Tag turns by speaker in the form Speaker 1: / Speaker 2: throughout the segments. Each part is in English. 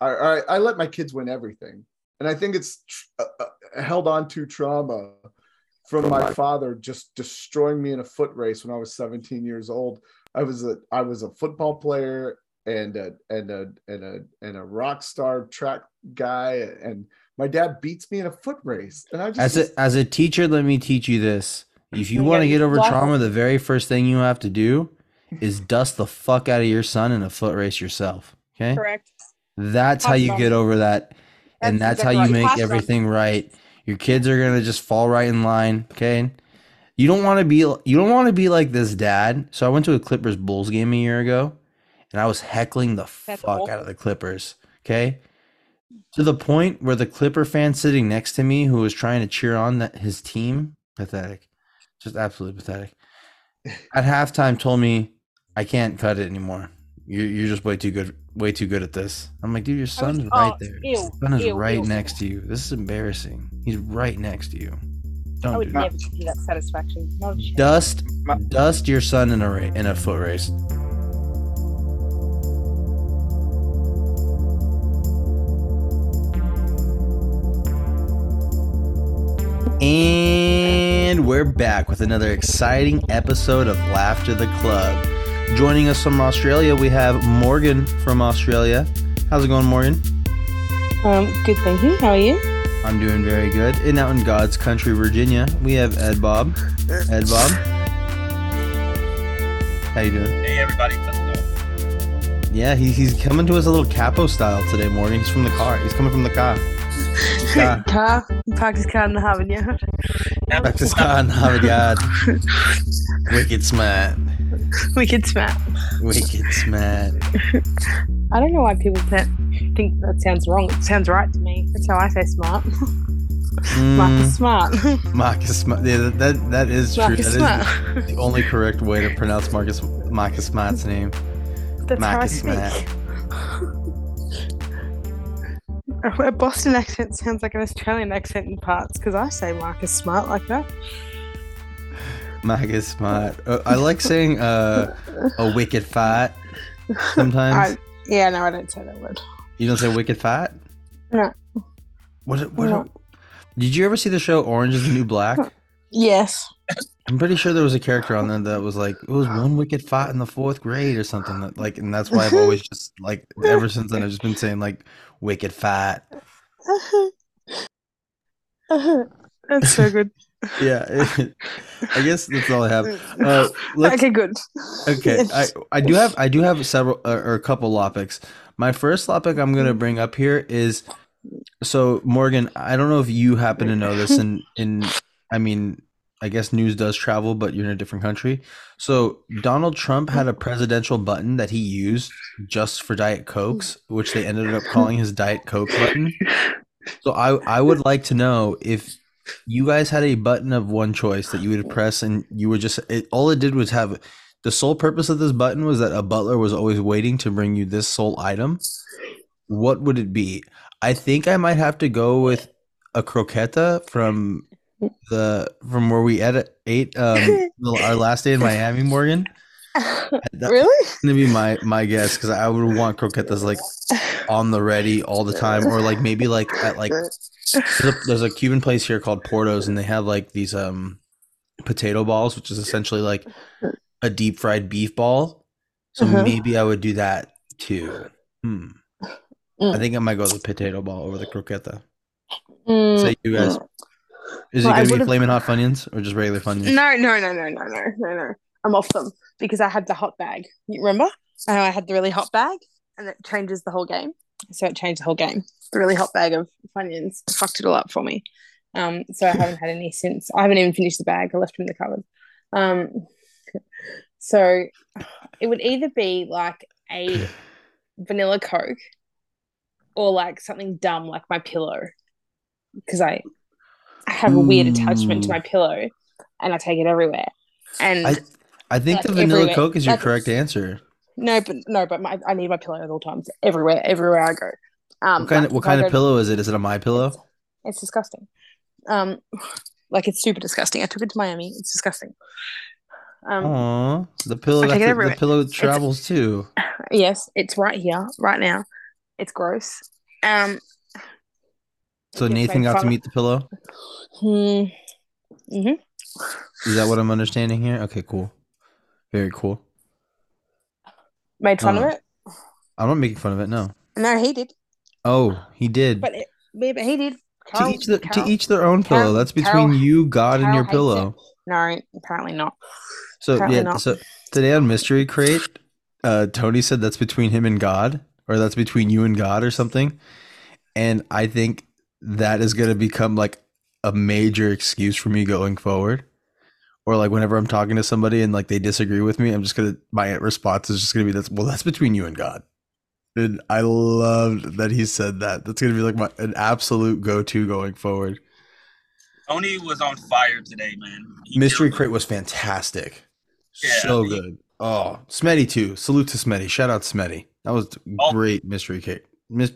Speaker 1: I, I, I let my kids win everything, and I think it's tr- uh, held on to trauma from my father just destroying me in a foot race when I was 17 years old. I was a I was a football player and a and a and a and a rock star track guy, and my dad beats me in a foot race, and I just
Speaker 2: As a as a teacher, let me teach you this. If you want to get over trauma, the very first thing you have to do is dust the fuck out of your son in a foot race yourself. Okay?
Speaker 3: Correct.
Speaker 2: That's how you
Speaker 3: Awesome.
Speaker 2: get over that. And
Speaker 3: That's
Speaker 2: that's, how you
Speaker 3: exactly right.
Speaker 2: make
Speaker 3: Awesome.
Speaker 2: everything right. Your kids are gonna just fall right in line. Okay. You don't wanna be you don't wanna be like this dad. So I went to a Clippers Bulls game a year ago and I was heckling the
Speaker 3: That's
Speaker 2: fuck
Speaker 3: awful.
Speaker 2: out of the Clippers. Okay. To the point where the Clipper fan sitting next to me who was trying to cheer on that his team, pathetic. Just absolutely pathetic. At halftime told me I can't cut it anymore. You you're just way too good way too good at this. I'm like, dude, your son's
Speaker 3: oh,
Speaker 2: right there.
Speaker 3: ew,
Speaker 2: your son is
Speaker 3: ew,
Speaker 2: right
Speaker 3: ew.
Speaker 2: next to you. This is embarrassing. He's right next to you.
Speaker 3: I
Speaker 2: Don't
Speaker 3: would
Speaker 2: do
Speaker 3: never
Speaker 2: that.
Speaker 3: give you that satisfaction. No chance.
Speaker 2: Dust
Speaker 4: My-
Speaker 2: dust your son in a ra- in a foot race. And we're back with another exciting episode of Laughter the Club. Joining us from Australia, we have Morgan from Australia. How's it going, Morgan?
Speaker 3: Um, good, thank you. How are you?
Speaker 2: I'm doing very good. And out in God's country, Virginia, we have Ed Bob. Ed Bob. How you doing?
Speaker 4: Hey everybody, let's go.
Speaker 2: Yeah, he, he's coming to us a little capo style today, Morgan. He's from the car. He's coming from the car. car.
Speaker 3: Car. Practice car in the haven, yeah.
Speaker 2: Back to Scott and Harvard Yard. Wicked smart.
Speaker 3: We could smack.
Speaker 2: Wicked smart.
Speaker 3: I don't know why people th- think that sounds wrong. It sounds right to me. That's how I say smart.
Speaker 2: Hmm.
Speaker 3: Mark is
Speaker 2: Mm,
Speaker 3: smart.
Speaker 2: Marcus Smart. Yeah, that, that, that is true.
Speaker 3: Mark
Speaker 2: That
Speaker 3: is
Speaker 2: is
Speaker 3: smart.
Speaker 2: the only correct way to pronounce Marcus Marcus Smart's name.
Speaker 3: That's how I
Speaker 2: Marcus
Speaker 3: speak.
Speaker 2: Smart.
Speaker 3: A Boston accent sounds like an Australian accent in parts because I say Marcus Smart like that.
Speaker 2: Marcus Smart. Uh, I like saying uh, a wicked fight sometimes.
Speaker 3: I, yeah, no, I don't say that word.
Speaker 2: You don't say wicked fight?
Speaker 3: No.
Speaker 2: What? what
Speaker 3: No.
Speaker 2: Did you ever see the show Orange is the New Black?
Speaker 3: Yes.
Speaker 2: I'm pretty sure there was a character on there that was like it was one wicked fight in the fourth grade or something that like, and that's why I've always just like ever since then I've just been saying like wicked fight.
Speaker 3: Uh-huh. That's so good.
Speaker 2: Yeah, I guess that's all I have. Uh, let's
Speaker 3: okay, good.
Speaker 2: okay I, I do have i do have several uh, or a couple lopics my first lopic i'm going to bring up here is so morgan i don't know if you happen to know this and in i mean i guess news does travel but you're in a different country so donald trump had a presidential button that he used just for diet cokes which they ended up calling his diet coke button so i i would like to know if you guys had a button of one choice that you would press and you would just it, all it did was have the sole purpose of this button was that a butler was always waiting to bring you this sole item. What would it be? I think I might have to go with a croqueta from the from where we ate, ate um, our last day in Miami, Morgan. That's
Speaker 3: really?
Speaker 2: gonna be my my guess because I would want croquetas like on the ready all the time, or like maybe like at like there's a, there's a Cuban place here called Portos, and they have like these um potato balls, which is essentially like a deep fried beef ball. So
Speaker 3: Uh-huh.
Speaker 2: maybe I would do that too. Hmm. I
Speaker 3: Mm.
Speaker 2: think I might go with the potato ball over the croqueta.
Speaker 3: Mm,
Speaker 2: Say you guys, is
Speaker 3: Well,
Speaker 2: it
Speaker 3: I
Speaker 2: gonna be
Speaker 3: would've-
Speaker 2: flaming hot funyuns or just regular funyuns?
Speaker 3: No, no, no, no, no, no, no, no. I'm off them because I had the hot bag. You remember? And I had the really hot bag, and it changes the whole game. So it changed the whole game. The really hot bag of Funyuns fucked it all up for me. Um, so I haven't had any since. I haven't even finished the bag. I left it in the cupboard. Um, so it would either be like a vanilla Coke or like something dumb like my pillow because I, I have a weird attachment to
Speaker 2: Mm.
Speaker 3: my pillow and I take it everywhere. And
Speaker 2: I I think
Speaker 3: Like
Speaker 2: the vanilla
Speaker 3: everywhere.
Speaker 2: coke is your
Speaker 3: That's-
Speaker 2: correct answer.
Speaker 3: no, but no, but my, I need my pillow at all times, everywhere, everywhere I go. Um,
Speaker 2: What kind of
Speaker 3: like,
Speaker 2: what
Speaker 3: if I
Speaker 2: kind
Speaker 3: go
Speaker 2: of
Speaker 3: to-
Speaker 2: pillow is it? Is it a my pillow?
Speaker 3: It's, it's disgusting. Um, like it's super disgusting. I took it to Miami. It's disgusting. Um,
Speaker 2: Aw, the pillow
Speaker 3: I
Speaker 2: that's
Speaker 3: take it
Speaker 2: the,
Speaker 3: everywhere.
Speaker 2: pillow travels too.
Speaker 3: yes, it's right here, right now. It's gross. Um,
Speaker 2: So
Speaker 3: Yes,
Speaker 2: Nathan
Speaker 3: my
Speaker 2: got to
Speaker 3: father-
Speaker 2: meet the pillow.
Speaker 3: hmm. Mhm.
Speaker 2: Is that what I'm understanding here? Okay, cool. Very cool.
Speaker 3: Made fun
Speaker 2: Uh.
Speaker 3: of it.
Speaker 2: I'm not making fun of it. No.
Speaker 3: No, he did.
Speaker 2: Oh, he did.
Speaker 3: But it, yeah, but he did.
Speaker 2: to
Speaker 3: Carl-
Speaker 2: each the,
Speaker 3: Carl-
Speaker 2: to each their own pillow.
Speaker 3: Carol-
Speaker 2: That's between
Speaker 3: Carol-
Speaker 2: you, God, and
Speaker 3: Carol
Speaker 2: your
Speaker 3: hates it.
Speaker 2: pillow.
Speaker 3: No, apparently not.
Speaker 2: So
Speaker 3: Apparently
Speaker 2: yeah.
Speaker 3: not.
Speaker 2: So today on Mystery Crate, uh, Tony said that's between him and God, or that's between you and God, or something. And I think that is going to become like a major excuse for me going forward. Or like whenever I'm talking to somebody and like they disagree with me, I'm just gonna my response is just gonna be that's well that's between you and God. And I loved that he said that. That's gonna be like my an absolute go to going forward.
Speaker 4: Tony was on fire today, man. He
Speaker 2: Mystery
Speaker 4: killed it.
Speaker 2: Crate was fantastic.
Speaker 4: Yeah.
Speaker 2: So good. Oh, Smetty too. Salute to Smetty. Shout out Smetty. That was
Speaker 4: Oh.
Speaker 2: great Mystery Crate. Mis-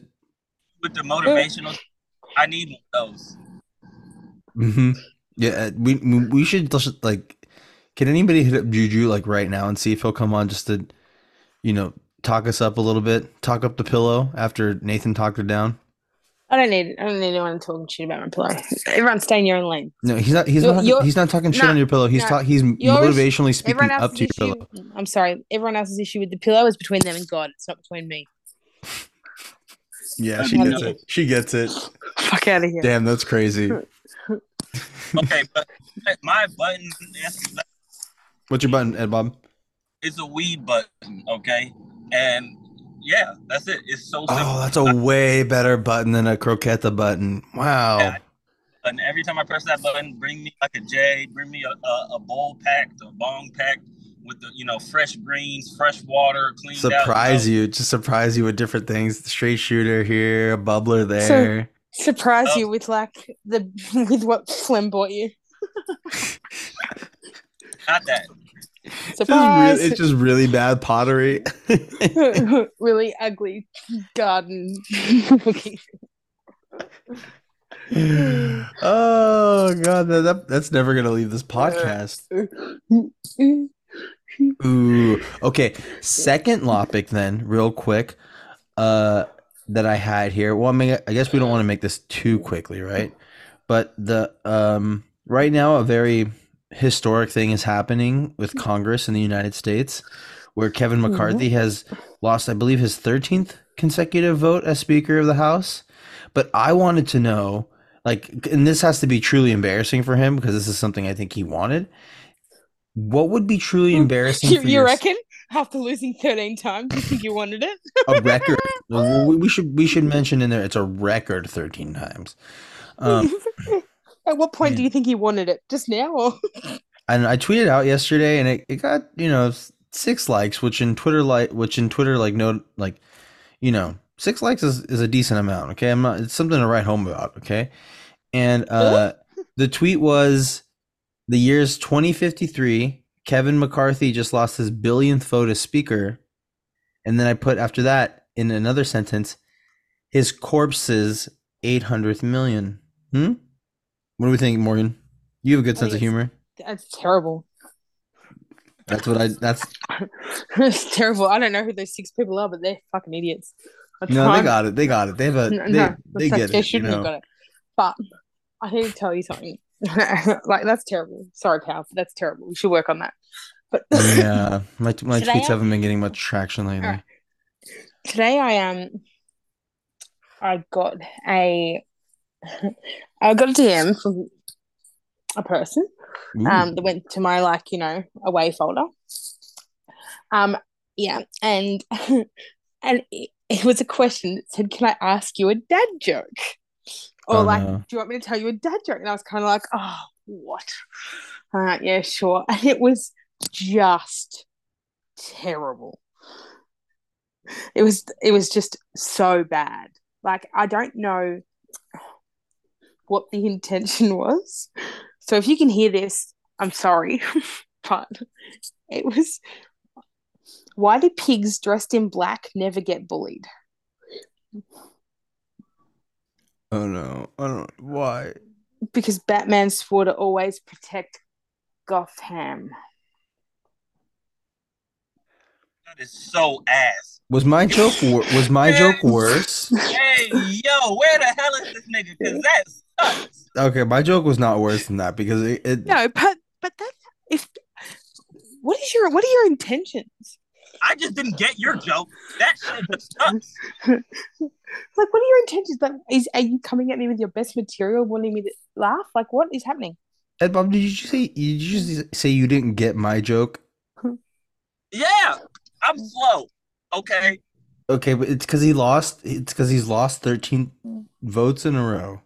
Speaker 4: with the motivational. I need one of those.
Speaker 2: hmm Yeah, uh, we we we should just like can anybody hit up Juju like right now and see if he'll come on just to you know, talk us up a little bit, talk up the pillow after Nathan talked her down.
Speaker 3: I don't need. I don't need anyone talking shit about my pillow. Everyone, stay in your own lane.
Speaker 2: No, he's not he's
Speaker 3: You're-
Speaker 2: not talking,
Speaker 3: you're-
Speaker 2: he's not talking shit
Speaker 3: no,
Speaker 2: on your pillow. He's
Speaker 3: no.
Speaker 2: talk he's
Speaker 3: You're-
Speaker 2: motivationally speaking
Speaker 3: Everyone
Speaker 2: up
Speaker 3: else's
Speaker 2: to your
Speaker 3: issue.
Speaker 2: pillow.
Speaker 3: I'm sorry. Everyone else's issue with the pillow is between them and God. It's not between me.
Speaker 2: Yeah,
Speaker 4: I
Speaker 2: she
Speaker 3: don't
Speaker 2: gets
Speaker 4: know.
Speaker 2: it. She gets it.
Speaker 3: Fuck out of here.
Speaker 2: Damn, that's crazy.
Speaker 4: Okay, but my button is-
Speaker 2: What's your button, Ed Bob?
Speaker 4: is a weed button, okay? And yeah, that's it. It's so simple.
Speaker 2: Oh, that's a way better button than a croqueta button. Wow.
Speaker 4: Yeah. And every time I press that button, bring me like a J, bring me a, a, a bowl packed, a bong packed with the you know fresh greens, fresh water, cleaned out.
Speaker 2: Surprise you. Just surprise you with different things. Straight shooter here, a bubbler there.
Speaker 3: Surprise
Speaker 4: Oh.
Speaker 3: you with like the with what Slim bought you.
Speaker 4: Not that.
Speaker 2: It's just,
Speaker 3: Surprise.
Speaker 2: really, it's just really bad pottery.
Speaker 3: really ugly garden looking.
Speaker 2: oh god, that, that, that's never gonna leave this podcast. Ooh. Okay. Second topic then, real quick, uh, that I had here. Well, I mean, I guess we don't want to make this too quickly, right? But the um, right now, a very historic thing is happening with Congress in the United States, where Kevin
Speaker 3: Mhm.
Speaker 2: McCarthy has lost, I believe, his thirteenth consecutive vote as Speaker of the House. But I wanted to know, like, and this has to be truly embarrassing for him because this is something I think he wanted. What would be truly embarrassing?
Speaker 3: Hmm. you,
Speaker 2: for
Speaker 3: you
Speaker 2: your-
Speaker 3: reckon? After losing thirteen times, you think you wanted it?
Speaker 2: a record. Well, we we should we should mention in there it's a record thirteen times.
Speaker 3: Hmm.
Speaker 2: Um,
Speaker 3: At what point
Speaker 2: Yeah.
Speaker 3: do you think he wanted it? Just now, or
Speaker 2: and I tweeted out yesterday, and it, it got you know s- six likes, which in Twitter like which in Twitter like no like you know six likes is, is a decent amount. Okay, I'm not. It's something to write home about. Okay, and uh, the tweet was the year's 2053. Kevin McCarthy just lost his billionth vote as speaker, and then I put after that in another sentence, his corpse's 800th million. Hmm. What do we think, Morgan? You have a good
Speaker 3: I
Speaker 2: sense of
Speaker 3: think it's-
Speaker 2: humor.
Speaker 3: that's terrible.
Speaker 2: That's what I. That's
Speaker 3: it's terrible. I don't know who those six people are, but they're fucking idiots. That's
Speaker 2: no, they
Speaker 3: fine.
Speaker 2: got it. They got it. They have a.
Speaker 3: No,
Speaker 2: They,
Speaker 3: no,
Speaker 2: they
Speaker 3: that's-
Speaker 2: get it.
Speaker 3: they
Speaker 2: You
Speaker 3: shouldn't
Speaker 2: know.
Speaker 3: have got it. But I need to tell you something. like that's terrible. Sorry, pal. but That's terrible. We should work on that. But
Speaker 2: yeah, my my
Speaker 3: Should I
Speaker 2: tweets
Speaker 3: add-
Speaker 2: haven't been getting much traction lately.
Speaker 3: Alright. today I um I got a I got a DM from a person
Speaker 2: Ooh.
Speaker 3: um that went to my like you know away folder um yeah and and it, it was a question that said can i ask you a dad joke or
Speaker 2: Oh,
Speaker 3: like
Speaker 2: no.
Speaker 3: do you want me to tell you a dad joke and i was kind of like oh what uh yeah sure and it was just terrible it was it was just so bad like i don't know what the intention was so if you can hear this i'm sorry but it was why do pigs dressed in black never get bullied
Speaker 2: oh no! I don't. Why?
Speaker 3: because batman swore to always protect gotham
Speaker 4: That is so ass.
Speaker 2: Was my joke wor- was my joke worse?
Speaker 4: Hey, yo, where the hell is this nigga? Because that sucks.
Speaker 2: Okay, my joke was not worse than that because it, it
Speaker 3: No, but but that if what is your what are your intentions?
Speaker 4: I just didn't get your joke. That shit just sucks.
Speaker 3: Like, what are your intentions? Like, is are you coming at me with your best material, wanting me to laugh? Like, what is happening?
Speaker 2: Ed Bob, did you just say did you just say you didn't get my joke?
Speaker 4: Yeah, I'm slow. Okay.
Speaker 2: Okay, but it's because he lost. It's because he's lost thirteen votes in a row.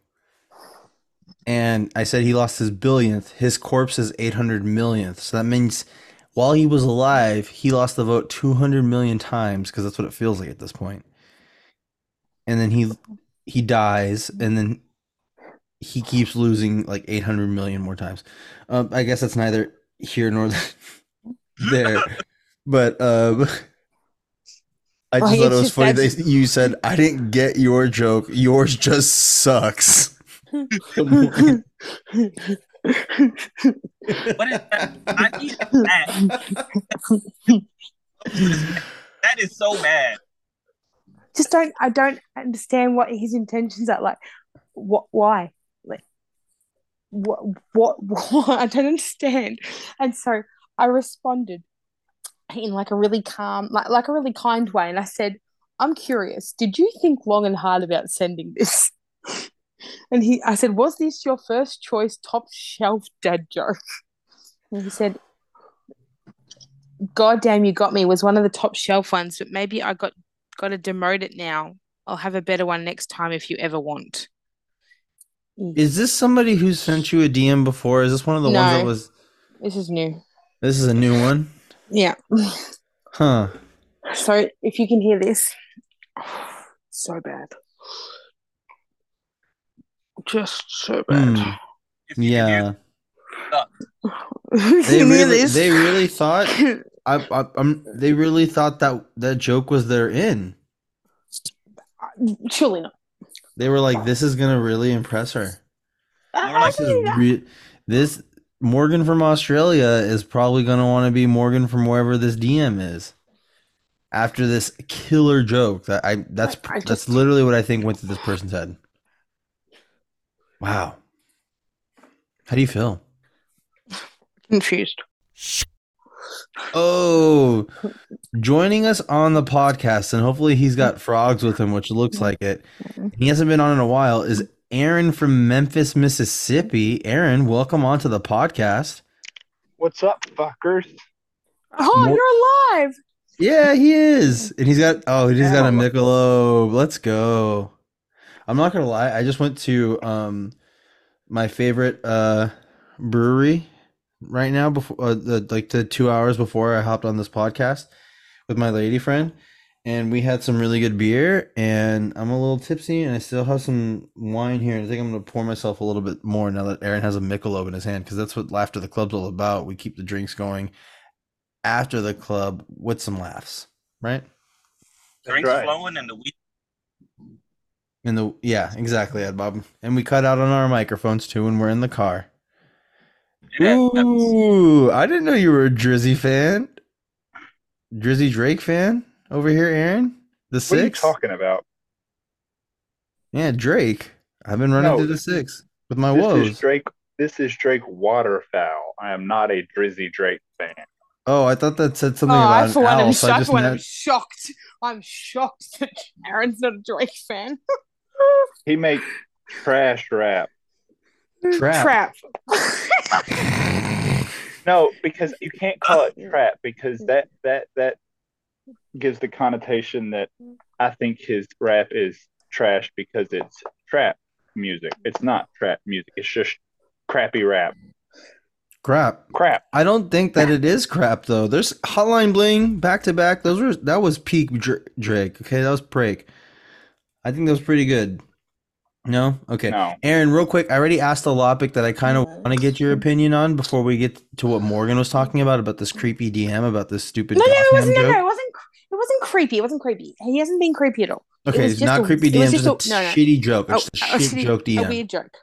Speaker 2: And I said he lost his billionth. His corpse is eight hundred millionth. So that means while he was alive, he lost the vote two hundred million times because that's what it feels like at this point. And then he he dies, and then he keeps losing like eight hundred million more times. Um, I guess that's neither here nor there, but um. I just
Speaker 3: Like,
Speaker 2: thought it
Speaker 3: it's
Speaker 2: was
Speaker 3: just-
Speaker 2: funny
Speaker 3: that's-
Speaker 2: that you said I didn't get your joke. Yours just sucks.
Speaker 3: Good
Speaker 4: What is that? I need that. That is so bad.
Speaker 3: Just don't. I don't understand what his intentions are. Like, what? Why? Like, what? What? what? I don't understand. And so I responded in like a really calm, like like a really kind way, and I said, "I'm curious. Did you think long and hard about sending this?" And he, I said, "Was this your first choice top shelf dad joke?" And he said, "God damn, you got me. Was one of the top shelf ones, but maybe I got got to demote it now. I'll have a better one next time if you ever want."
Speaker 2: Is this somebody who sent you a DM before? Is this one of the ones that
Speaker 3: No.
Speaker 2: was?
Speaker 3: This is new.
Speaker 2: This is a new one,
Speaker 3: Yeah.
Speaker 2: huh?
Speaker 3: So if you can hear this, so bad. Just so
Speaker 2: Hmm.
Speaker 3: bad.
Speaker 4: If you can
Speaker 2: Yeah,
Speaker 4: hear-
Speaker 3: You
Speaker 2: they
Speaker 3: can hear
Speaker 2: really,
Speaker 3: this?
Speaker 2: they really thought I, I, I'm. They really thought that that joke was their in.
Speaker 3: Surely not.
Speaker 2: They were like, "This is gonna really impress her."
Speaker 3: I-
Speaker 4: More
Speaker 3: I
Speaker 4: like
Speaker 2: This is
Speaker 3: don't know.
Speaker 2: re- this Morgan from Australia is probably gonna want to be Morgan from wherever this DM is. After this killer joke, that I that's
Speaker 3: I- I
Speaker 2: that's
Speaker 3: just-
Speaker 2: literally what I think went through this person's head. Wow, how do you feel?
Speaker 3: confused.
Speaker 2: Oh, joining us on the podcast, and hopefully he's got frogs with him, which looks like it. He hasn't been on in a while. Is Aaron from Memphis, Mississippi? Aaron, welcome onto the podcast.
Speaker 5: What's up, fuckers?
Speaker 3: Oh,
Speaker 2: More-
Speaker 3: you're alive.
Speaker 2: Yeah, he is, and he's got oh, he's got a
Speaker 5: Yeah.
Speaker 2: Michelob. Let's go. I'm not gonna lie. I just went to um my favorite uh brewery right now before uh, the, like the two hours before I hopped on this podcast with my lady friend, and we had some really good beer. And I'm a little tipsy, and I still have some wine here. And I think I'm gonna pour myself a little bit more now that Aaron has a Michelob in his hand because that's what laughter the club's all about. We keep the drinks going after the club with some laughs, right?
Speaker 4: Drinks
Speaker 5: right.
Speaker 4: flowing and the weed.
Speaker 2: And the yeah, exactly, Ed Bob. And we cut out on our microphones too when we're in the car.
Speaker 4: It happens.
Speaker 2: Ooh, I didn't know you were a Drizzy fan. Drizzy Drake fan over here, Aaron. The
Speaker 5: What are you
Speaker 2: six.
Speaker 5: talking about?
Speaker 2: Yeah, Drake. I've been running
Speaker 5: No,
Speaker 2: to the
Speaker 5: this
Speaker 2: six with my
Speaker 5: this
Speaker 2: woes.
Speaker 5: is Drake. This is Drake Waterfowl. I am not a Drizzy Drake fan.
Speaker 2: Oh, I thought that said
Speaker 3: oh,
Speaker 2: something
Speaker 3: I
Speaker 2: about
Speaker 3: for
Speaker 2: an
Speaker 3: one,
Speaker 2: owl.
Speaker 3: am
Speaker 2: so I
Speaker 3: shocked.
Speaker 2: just
Speaker 3: One,
Speaker 2: na-
Speaker 3: I'm shocked. I'm shocked that Aaron's not a Drake fan.
Speaker 5: He makes trash rap.
Speaker 2: Trap.
Speaker 5: No, because you can't call it trap because that that that gives the connotation that I think his rap is trash because it's trap music. It's not trap music. It's just crappy rap.
Speaker 2: crap.
Speaker 5: Crap.
Speaker 2: I don't think that it is crap though. There's Hotline Bling back to back. Those were that was peak Dr- Drake. Okay, that was break. I think that was pretty good. No, okay.
Speaker 5: No.
Speaker 2: Aaron, real quick, I already asked the topic that I kind of want to get your opinion on before we get to what Morgan was talking about about this creepy DM about this stupid.
Speaker 3: No, no, it
Speaker 2: Gotham
Speaker 3: wasn't. No,
Speaker 2: joke.
Speaker 3: no, it wasn't. cr- It wasn't creepy. It wasn't creepy. He hasn't been creepy at all. It
Speaker 2: Okay,
Speaker 3: was
Speaker 2: it's
Speaker 3: just
Speaker 2: not
Speaker 3: a-
Speaker 2: creepy
Speaker 3: it was
Speaker 2: DM. It's
Speaker 3: just
Speaker 2: a,
Speaker 3: a- no, no.
Speaker 2: shitty joke. It's
Speaker 3: oh,
Speaker 2: just a shit
Speaker 3: shitty-
Speaker 2: joke DM.
Speaker 3: A weird joke.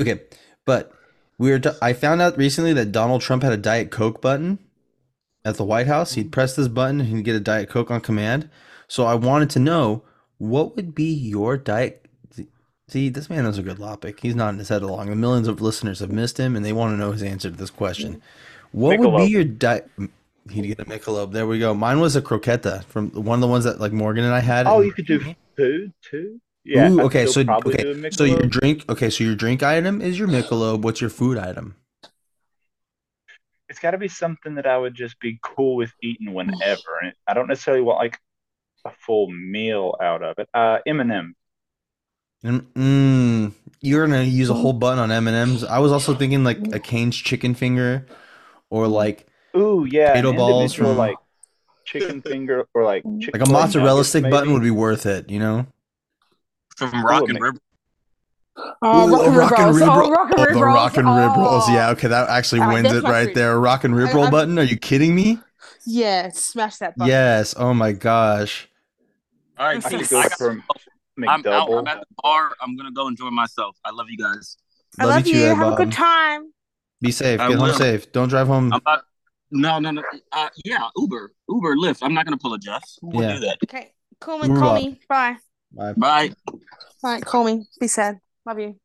Speaker 2: Okay, but we were. T- I found out recently that Donald Trump had a Diet Coke button, at the White House. He'd press this button and he'd get a Diet Coke on command. So I wanted to know what would be your diet. See, this man knows a good topic. He's nodding his head along. The millions of listeners have missed him, and they want to know his answer to this question. What would be
Speaker 5: Michelob.
Speaker 2: your diet? He'd get a Michelob. There we go. Mine was a croqueta from one of the ones that like Morgan and I had.
Speaker 5: Oh,
Speaker 2: and-
Speaker 5: you could do food too. Yeah.
Speaker 2: Ooh,
Speaker 5: I'd
Speaker 2: okay, so
Speaker 5: still probably
Speaker 2: okay,
Speaker 5: do a
Speaker 2: so your
Speaker 5: Michelob.
Speaker 2: drink. Okay, so your drink item is your Michelob. What's your food item?
Speaker 5: it's got to be something that I would just be cool with eating whenever. And I don't necessarily want like a full meal out of it. Uh, M&M.
Speaker 2: Mm, mm, you're gonna use a whole bun on M and M's. I was also thinking like a Cane's chicken finger, or like
Speaker 5: Ooh, yeah,
Speaker 2: Potato
Speaker 5: an
Speaker 2: balls
Speaker 5: individual,
Speaker 2: from-
Speaker 5: like chicken finger or like
Speaker 2: like a mozzarella stick button would be worth it. You know,
Speaker 4: From Rock and
Speaker 5: make-
Speaker 4: River.
Speaker 3: Oh,
Speaker 2: Ooh,
Speaker 3: rock
Speaker 2: a
Speaker 3: and rib
Speaker 2: rock and
Speaker 3: rolls.
Speaker 2: rib roll-
Speaker 3: Oh, rock and
Speaker 2: oh,
Speaker 3: rib
Speaker 2: the
Speaker 3: rolls.
Speaker 2: rock and rib rolls.
Speaker 3: Oh.
Speaker 2: Yeah, okay, that actually
Speaker 3: All right,
Speaker 2: wins
Speaker 3: that's
Speaker 2: it
Speaker 3: my
Speaker 2: right
Speaker 3: food.
Speaker 2: there. Rock and rib
Speaker 3: I-
Speaker 2: roll
Speaker 3: I'm-
Speaker 2: button. Are you kidding me?
Speaker 3: Yeah, smash that button.
Speaker 2: Yes. Oh my gosh.
Speaker 4: All right,
Speaker 5: I
Speaker 3: This
Speaker 4: Keith,
Speaker 5: could
Speaker 3: is-
Speaker 5: go
Speaker 4: I got-
Speaker 5: for
Speaker 4: I'm out.
Speaker 5: McDouble.
Speaker 4: I'm at the bar. I'm gonna go enjoy myself. I love you guys.
Speaker 3: I love, you.
Speaker 2: Ed
Speaker 3: Have a
Speaker 2: Bob.
Speaker 3: good time.
Speaker 2: Be safe.
Speaker 4: I
Speaker 2: Get home
Speaker 4: will.
Speaker 2: safe. Don't drive home.
Speaker 4: I'm about, no, no, no. Uh, yeah, Uber, Uber, Lyft. I'm not gonna pull a Jeff. Who would
Speaker 2: Yeah.
Speaker 4: do that?
Speaker 3: Okay, call me.
Speaker 2: We're
Speaker 3: Call
Speaker 2: up.
Speaker 3: me. Bye.
Speaker 2: Bye.
Speaker 4: Bye.
Speaker 3: All right, call me. Be sad. Love you.